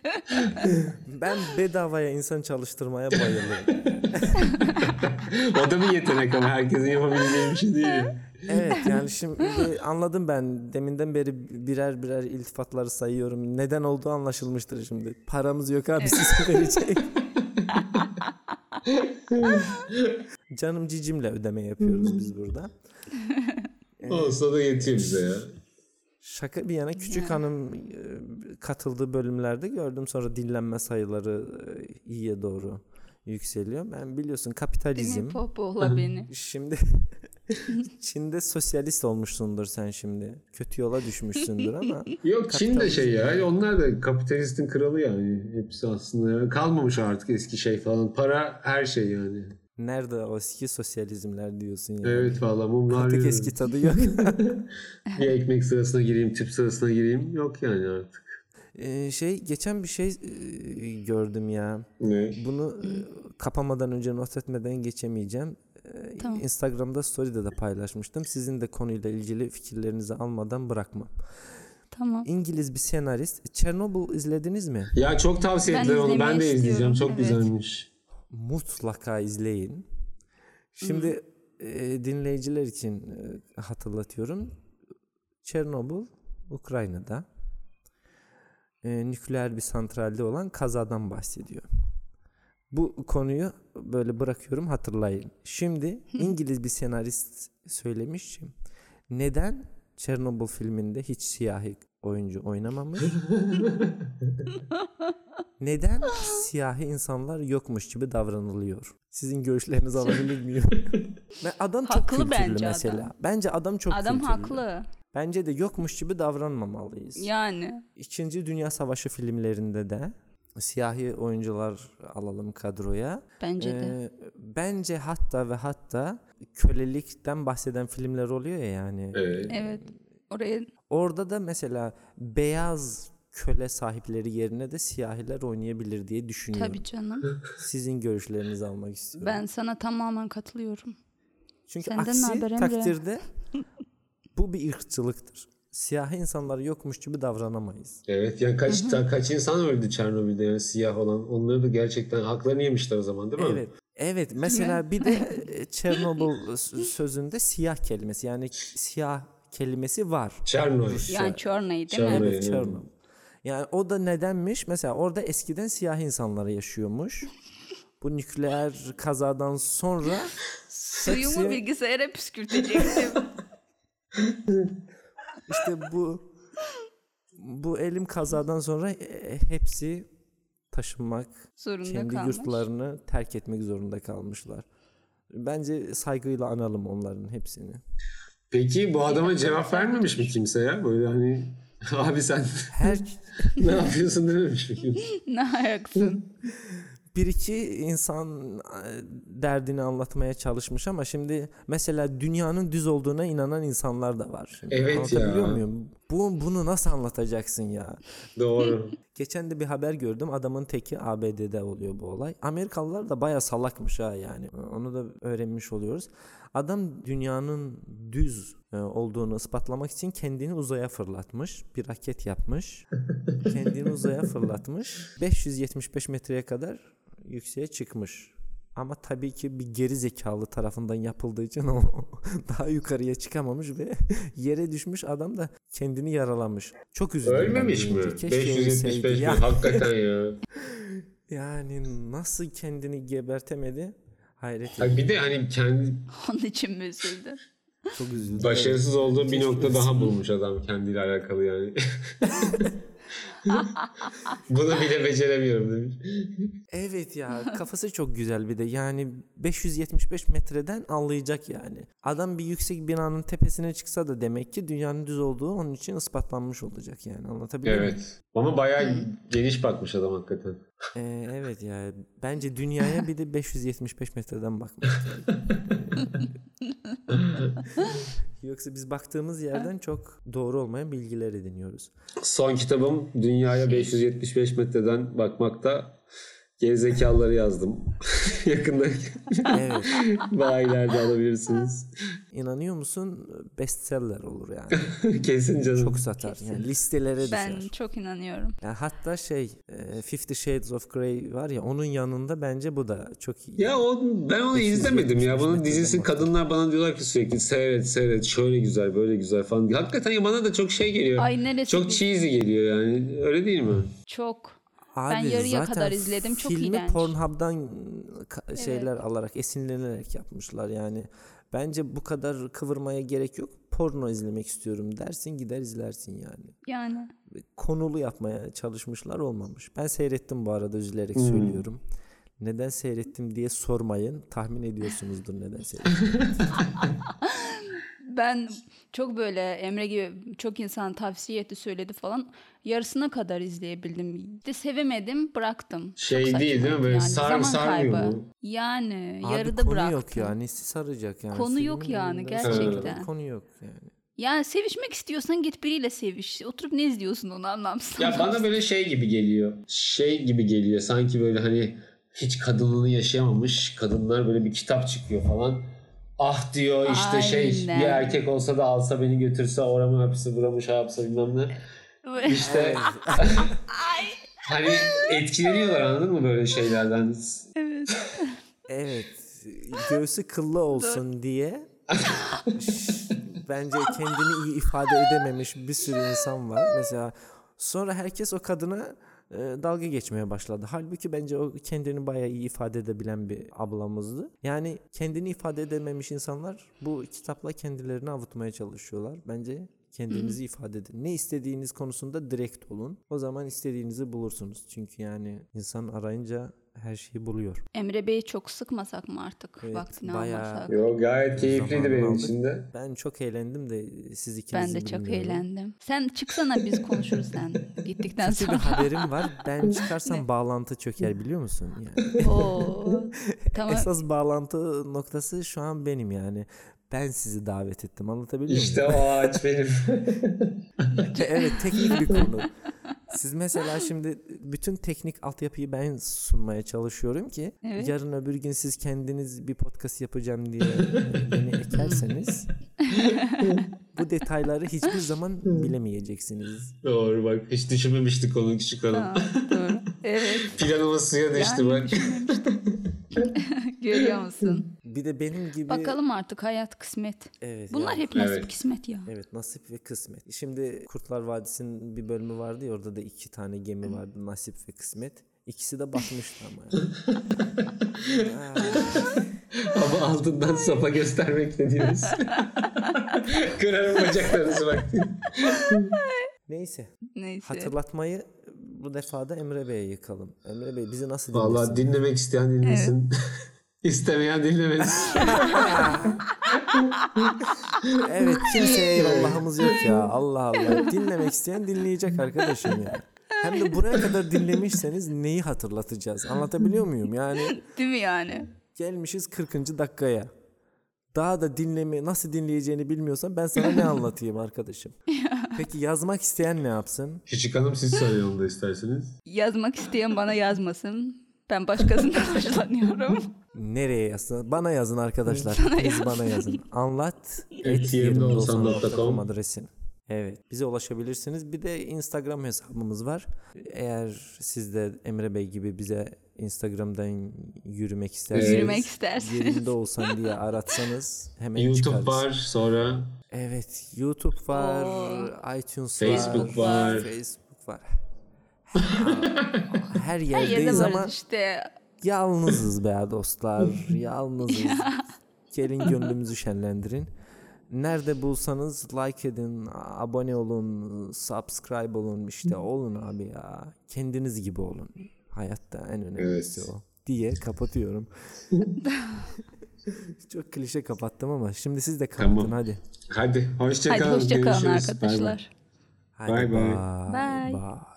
Speaker 1: Ben bedavaya insan çalıştırmaya bayılırım.
Speaker 2: o da bir yetenek ama herkesin yapabileceği bir şey değil.
Speaker 1: evet yani şimdi anladım ben. Deminden beri birer birer iltifatları sayıyorum. Neden olduğu anlaşılmıştır şimdi. Paramız yok abi size verecek. Canım cicimle ödeme yapıyoruz biz burada.
Speaker 2: Olsa da yetiyor bize ya.
Speaker 1: Şaka bir yana küçük hanım e, katıldığı bölümlerde gördüm sonra dinlenme sayıları e, iyiye doğru yükseliyor. Ben biliyorsun kapitalizm.
Speaker 3: Beni pohpohla beni.
Speaker 1: Şimdi Çin'de sosyalist olmuşsundur sen şimdi. Kötü yola düşmüşsündür ama
Speaker 2: Yok Çin de şey ya onlar da kapitalistin kralı yani hepsi aslında. Kalmamış artık eski şey falan. Para her şey yani.
Speaker 1: nerede o eski sosyalizmler diyorsun ya.
Speaker 2: Evet valla mumlar
Speaker 1: Artık
Speaker 2: yürüyor.
Speaker 1: eski tadı yok.
Speaker 2: Bir ekmek sırasına gireyim, tüp sırasına gireyim. Yok yani artık.
Speaker 1: Ee, şey geçen bir şey e, gördüm ya.
Speaker 2: Ne?
Speaker 1: Bunu e, kapamadan önce not etmeden geçemeyeceğim. Ee,
Speaker 3: Tamam.
Speaker 1: Instagram'da story'de de paylaşmıştım. Sizin de konuyla ilgili fikirlerinizi almadan bırakmam.
Speaker 3: Tamam.
Speaker 1: İngiliz bir senarist. Chernobyl izlediniz mi?
Speaker 2: Ya çok tavsiye
Speaker 3: Ben
Speaker 2: ettiler onu. Ben de
Speaker 3: izlemeyi
Speaker 2: izleyeceğim.
Speaker 3: istiyorum,
Speaker 2: Çok
Speaker 3: evet.
Speaker 2: güzelmiş.
Speaker 1: Mutlaka izleyin. Şimdi e, dinleyiciler için e, hatırlatıyorum. Çernobil Ukrayna'da e, nükleer bir santralde olan kazadan bahsediyor. Bu konuyu böyle bırakıyorum hatırlayın. Şimdi İngiliz bir senarist söylemiş. Neden Çernobil filminde hiç siyahi oyuncu oynamamış? Neden siyahi insanlar yokmuş gibi davranılıyor? Sizin görüşlerinizi alabilir miyim? Ve adam çok
Speaker 3: Haklı
Speaker 1: kültürlü
Speaker 3: bence
Speaker 1: mesela.
Speaker 3: adam.
Speaker 1: Bence adam çok
Speaker 3: Adam
Speaker 1: kültürlü.
Speaker 3: haklı.
Speaker 1: Bence de yokmuş gibi davranmamalıyız.
Speaker 3: Yani.
Speaker 1: İkinci Dünya Savaşı filmlerinde de siyahi oyuncular alalım kadroya.
Speaker 3: Bence de.
Speaker 1: Ee, bence hatta ve hatta kölelikten bahseden filmler oluyor ya yani.
Speaker 2: Evet.
Speaker 3: Evet. Oraya
Speaker 1: Orada da mesela beyaz köle sahipleri yerine de siyahiler oynayabilir diye düşünüyorum.
Speaker 3: tabii canım.
Speaker 1: Sizin görüşlerinizi almak istiyorum.
Speaker 3: Ben sana tamamen katılıyorum.
Speaker 1: Çünkü
Speaker 3: Senden
Speaker 1: aksi
Speaker 3: ne haber Emre?
Speaker 1: takdirde bu bir ırkçılıktır. Siyahi insanlar yokmuş gibi davranamayız.
Speaker 2: Evet ya kaç ta, kaç insan öldü Çernobil'de yani siyah olan. Onları da gerçekten haklarını yemişler o zaman değil mi?
Speaker 1: Evet. Evet mesela bir de e, Chernobyl s- sözünde siyah kelimesi yani siyah kelimesi var.
Speaker 2: Çernobil.
Speaker 3: Yani Çornay değil
Speaker 2: Çornay.
Speaker 3: mi?
Speaker 1: Evet,
Speaker 2: yani.
Speaker 1: Chernobyl. Yani o da nedenmiş? Mesela orada eskiden siyah insanlar yaşıyormuş. Bu nükleer kazadan sonra
Speaker 3: Suyumu
Speaker 1: hepsi
Speaker 3: bilgisayara püskürtecektim.
Speaker 1: işte bu bu elim kazadan sonra e, hepsi taşınmak,
Speaker 3: Zorunda
Speaker 1: kendi
Speaker 3: kalmış.
Speaker 1: yurtlarını terk etmek zorunda kalmışlar. Bence saygıyla analım onların hepsini.
Speaker 2: Peki bu adama cevap vermemiş mi kimse ya? Böyle hani abi sen
Speaker 1: Her
Speaker 2: ne yapıyorsun dememiş mi kimse?
Speaker 3: ne ayaksın?
Speaker 1: bir iki insan e, derdini anlatmaya çalışmış ama şimdi mesela dünyanın düz olduğuna inanan insanlar da var. Şimdi
Speaker 2: Evet
Speaker 1: Anlatabiliyor
Speaker 2: ya.
Speaker 1: muyum? Bu, bunu nasıl anlatacaksın ya?
Speaker 2: Doğru.
Speaker 1: Geçen de bir haber gördüm adamın teki ABD'de oluyor bu olay. Amerikalılar da baya salakmış ha yani onu da öğrenmiş oluyoruz. Adam dünyanın düz e, olduğunu ispatlamak için kendini uzaya fırlatmış. Bir raket yapmış. kendini uzaya fırlatmış. 575 metreye kadar yükseğe çıkmış. Ama tabii ki bir geri zekalı tarafından yapıldığı için o daha yukarıya çıkamamış ve yere düşmüş adam da kendini yaralamış. Çok üzüldüm. ben
Speaker 2: Ölmemiş mi?
Speaker 1: duyunca. Keşke ölseydi.
Speaker 2: 575 mi?
Speaker 1: Ya-
Speaker 2: Hakikaten ya.
Speaker 1: yani nasıl kendini gebertemedi? Hayret.
Speaker 2: Ha, bir de hani kendi
Speaker 3: Onun için mi üzüldün?
Speaker 1: Çok üzüldüm.
Speaker 2: başarısız olduğu bir
Speaker 1: Keşke
Speaker 2: nokta
Speaker 1: ölsün.
Speaker 2: daha bulmuş adam kendiyle alakalı yani. Bunu bile beceremiyorum demiş.
Speaker 1: Evet ya kafası çok güzel bir de yani 575 metreden anlayacak yani. Adam bir yüksek binanın tepesine çıksa da demek ki dünyanın düz olduğu onun için ispatlanmış olacak yani anlatabiliyor muyum?
Speaker 2: Evet. Ama bayağı geniş bakmış adam hakikaten.
Speaker 1: Ee, evet ya bence dünyaya bir de 575 metreden bakmak lazım. Yoksa biz baktığımız yerden çok doğru olmayan bilgiler ediniyoruz.
Speaker 2: Son kitabım Dünyaya
Speaker 1: Şey-
Speaker 2: 575 metreden bakmakta gerizekalıları yazdım. Yakında
Speaker 1: Evet
Speaker 2: bayilerde alabilirsiniz.
Speaker 1: inanıyor musun bestseller olur yani
Speaker 2: Kesin canım.
Speaker 1: çok satar yani listelere düşer.
Speaker 3: Ben çok inanıyorum.
Speaker 1: Ya hatta şey e, Fifty Shades of Grey var ya onun yanında bence bu da çok iyi.
Speaker 2: Ya o, ben onu
Speaker 1: 575
Speaker 2: izlemedim ya. Bunun
Speaker 1: metreden
Speaker 2: dizisi
Speaker 1: bakıyor.
Speaker 2: kadınlar bana diyorlar ki sürekli seyret seyret şöyle güzel böyle güzel falan. Hakikaten ya bana da çok şey geliyor.
Speaker 3: Ay neresi
Speaker 2: çok
Speaker 3: biz-
Speaker 2: cheesy geliyor yani. Öyle değil mi?
Speaker 3: çok.
Speaker 1: Abi
Speaker 3: Ben yarıya
Speaker 1: zaten
Speaker 3: kadar izledim, çok
Speaker 1: filmi
Speaker 3: iğrenç.
Speaker 1: Pornhub'dan ka- şeyler alarak esinlenerek yapmışlar yani. Bence bu kadar kıvırmaya gerek yok. Porno izlemek istiyorum dersin gider izlersin yani.
Speaker 3: Yani
Speaker 1: Konulu yapmaya çalışmışlar olmamış. Ben seyrettim bu arada üzülerek söylüyorum. Neden seyrettim diye sormayın. Tahmin ediyorsunuzdur neden seyrettim.
Speaker 3: ben çok böyle Emre gibi çok insan tavsiye etti söyledi falan. Yarısına kadar izleyebildim. De sevemedim bıraktım.
Speaker 2: Şey
Speaker 3: Çok
Speaker 2: değil,
Speaker 3: saçma.
Speaker 2: değil mi? Böyle sar-
Speaker 3: zaman
Speaker 2: sarmıyor
Speaker 3: kaybı.
Speaker 2: mu?
Speaker 3: Yani
Speaker 1: Abi
Speaker 3: yarıda
Speaker 1: konu
Speaker 3: bıraktım.
Speaker 1: yok yani. Nesi saracak yani.
Speaker 3: Konu yok
Speaker 1: Filmin
Speaker 3: yani,
Speaker 1: önünde saracak
Speaker 3: gerçekten.
Speaker 1: bir Konu yok yani.
Speaker 3: Yani sevişmek istiyorsan git biriyle seviş. Oturup ne izliyorsun onu anlamsız.
Speaker 2: Ya bana böyle şey gibi geliyor. Şey gibi geliyor. Sanki böyle hani hiç kadınlığını yaşayamamış kadınlar böyle bir kitap çıkıyor falan. Ah diyor işte şey
Speaker 3: Aynen.
Speaker 2: bir erkek olsa da alsa beni götürse oramı hapse buramı şey yapsa bilmem ne.
Speaker 3: Böyle-
Speaker 2: İşte hani etkileniyorlar anladın mı böyle şeylerden?
Speaker 3: evet.
Speaker 1: Evet. Göğsü kıllı olsun diye ş- bence kendini iyi ifade edememiş bir sürü insan var. Mesela sonra herkes o kadına e, dalga geçmeye başladı. Halbuki bence o kendini bayağı iyi ifade edebilen bir ablamızdı. Yani kendini ifade edememiş insanlar bu kitapla kendilerini avutmaya çalışıyorlar. Bence kendinizi ifade edin. Ne istediğiniz konusunda direkt olun. O zaman istediğinizi bulursunuz. Çünkü yani insan arayınca her şeyi buluyor.
Speaker 3: Emre Bey'i çok sıkmasak mı artık
Speaker 1: Evet,
Speaker 3: vaktini
Speaker 1: bayağı-
Speaker 3: almasak?
Speaker 2: Yo gayet keyifliydi
Speaker 1: Zamanını
Speaker 2: benim
Speaker 1: aldık.
Speaker 2: için de.
Speaker 1: Ben çok eğlendim de e, siz ikiniz
Speaker 3: Ben de çok eğlendim. Sen çıksana biz konuşuruz sen gittikten
Speaker 1: Kötü bir
Speaker 3: sonra.
Speaker 1: haberim var. Ben çıkarsam bağlantı çöker biliyor musun? Yani
Speaker 3: Oo. Tamam.
Speaker 1: esas bağlantı noktası şu an benim yani. Ben sizi davet ettim anlatabiliyor muyum?
Speaker 2: İşte o ağaç benim.
Speaker 1: evet teknik bir konu. Siz mesela şimdi bütün teknik altyapıyı ben sunmaya çalışıyorum ki
Speaker 3: Evet.
Speaker 1: yarın öbür gün siz kendiniz bir podcast yapacağım diye beni ekerseniz bu detayları hiçbir zaman bilemeyeceksiniz.
Speaker 2: Doğru bak hiç düşünmemiştik onu küçük hanım.
Speaker 3: Tamam, doğru. Evet.
Speaker 2: Planımız suya düştü
Speaker 3: Yani
Speaker 2: bak.
Speaker 3: Görüyor musun?
Speaker 1: Bir de benim gibi
Speaker 3: Bakalım artık hayat kısmet.
Speaker 1: Evet.
Speaker 3: Bunlar
Speaker 1: yani-
Speaker 3: hep nasip
Speaker 2: Evet.
Speaker 3: kısmet ya.
Speaker 1: Evet nasip ve kısmet. Şimdi Kurtlar Vadisi'nin bir bölümü vardı ya orada da iki tane gemi vardı nasip ve kısmet. İkisi de batmıştı ama. yani.
Speaker 2: Ama altından sopa göstermek ne diyoruz? Kırarım bacaklarınızı bak.
Speaker 1: Neyse
Speaker 3: Neyse.
Speaker 1: hatırlatmayı bu defa da Emre Bey'e yıkalım. Emre Bey bizi nasıl dinlesin?
Speaker 2: Vallahi dinlemek isteyen dinlesin. İstemeyen dinlemez.
Speaker 1: Evet kimseye eyvallahımız yok ya Allah Allah. Dinlemek isteyen dinleyecek arkadaşım ya. Hem de buraya kadar dinlemişseniz neyi hatırlatacağız? Anlatabiliyor muyum? Yani
Speaker 3: Değil mi yani?
Speaker 1: Gelmişiz 40. dakikaya. Daha da dinleme nasıl dinleyeceğini bilmiyorsan ben sana ne anlatayım arkadaşım? Peki yazmak isteyen ne yapsın?
Speaker 2: Küçük hanım siz söyleyin onu da isterseniz.
Speaker 3: Yazmak isteyen bana yazmasın. Ben başkasından hoşlanıyorum.
Speaker 1: Nereye yazsın? Bana yazın arkadaşlar. Siz bana yazın. Anlat.
Speaker 2: yerimde olsan.com
Speaker 1: olsan.com adresini. Evet bize ulaşabilirsiniz. Bir de Instagram hesabımız var. Eğer siz de Emre Bey gibi bize Instagram'dan yürümek isterseniz.
Speaker 3: Yürümek isterseniz.
Speaker 1: Yerinde olsan diye aratsanız hemen
Speaker 2: YouTube
Speaker 1: çıkarız.
Speaker 2: var sonra
Speaker 1: Evet YouTube var. iTunes
Speaker 2: Facebook var.
Speaker 1: Facebook var. Her
Speaker 3: Her yerde
Speaker 1: yerdeyiz ama
Speaker 3: varız işte.
Speaker 1: Yalnızız be dostlar. Yalnızız. Gelin gönlümüzü şenlendirin. Nerede bulsanız like edin, abone olun, subscribe olun işte olun abi ya. Kendiniz gibi olun. Hayatta en önemlisi
Speaker 2: Evet.
Speaker 1: o diye kapatıyorum. Çok klişe kapattım ama şimdi siz de kapatın
Speaker 2: Tamam.
Speaker 1: hadi.
Speaker 2: hadi hoşça
Speaker 3: Hadi
Speaker 2: kalın.
Speaker 3: hoşça kalın
Speaker 2: görüşürüz. Bay bay.
Speaker 3: arkadaşlar.
Speaker 1: Hadi
Speaker 2: Bye bye.
Speaker 1: bye.
Speaker 3: Bye.
Speaker 1: bye.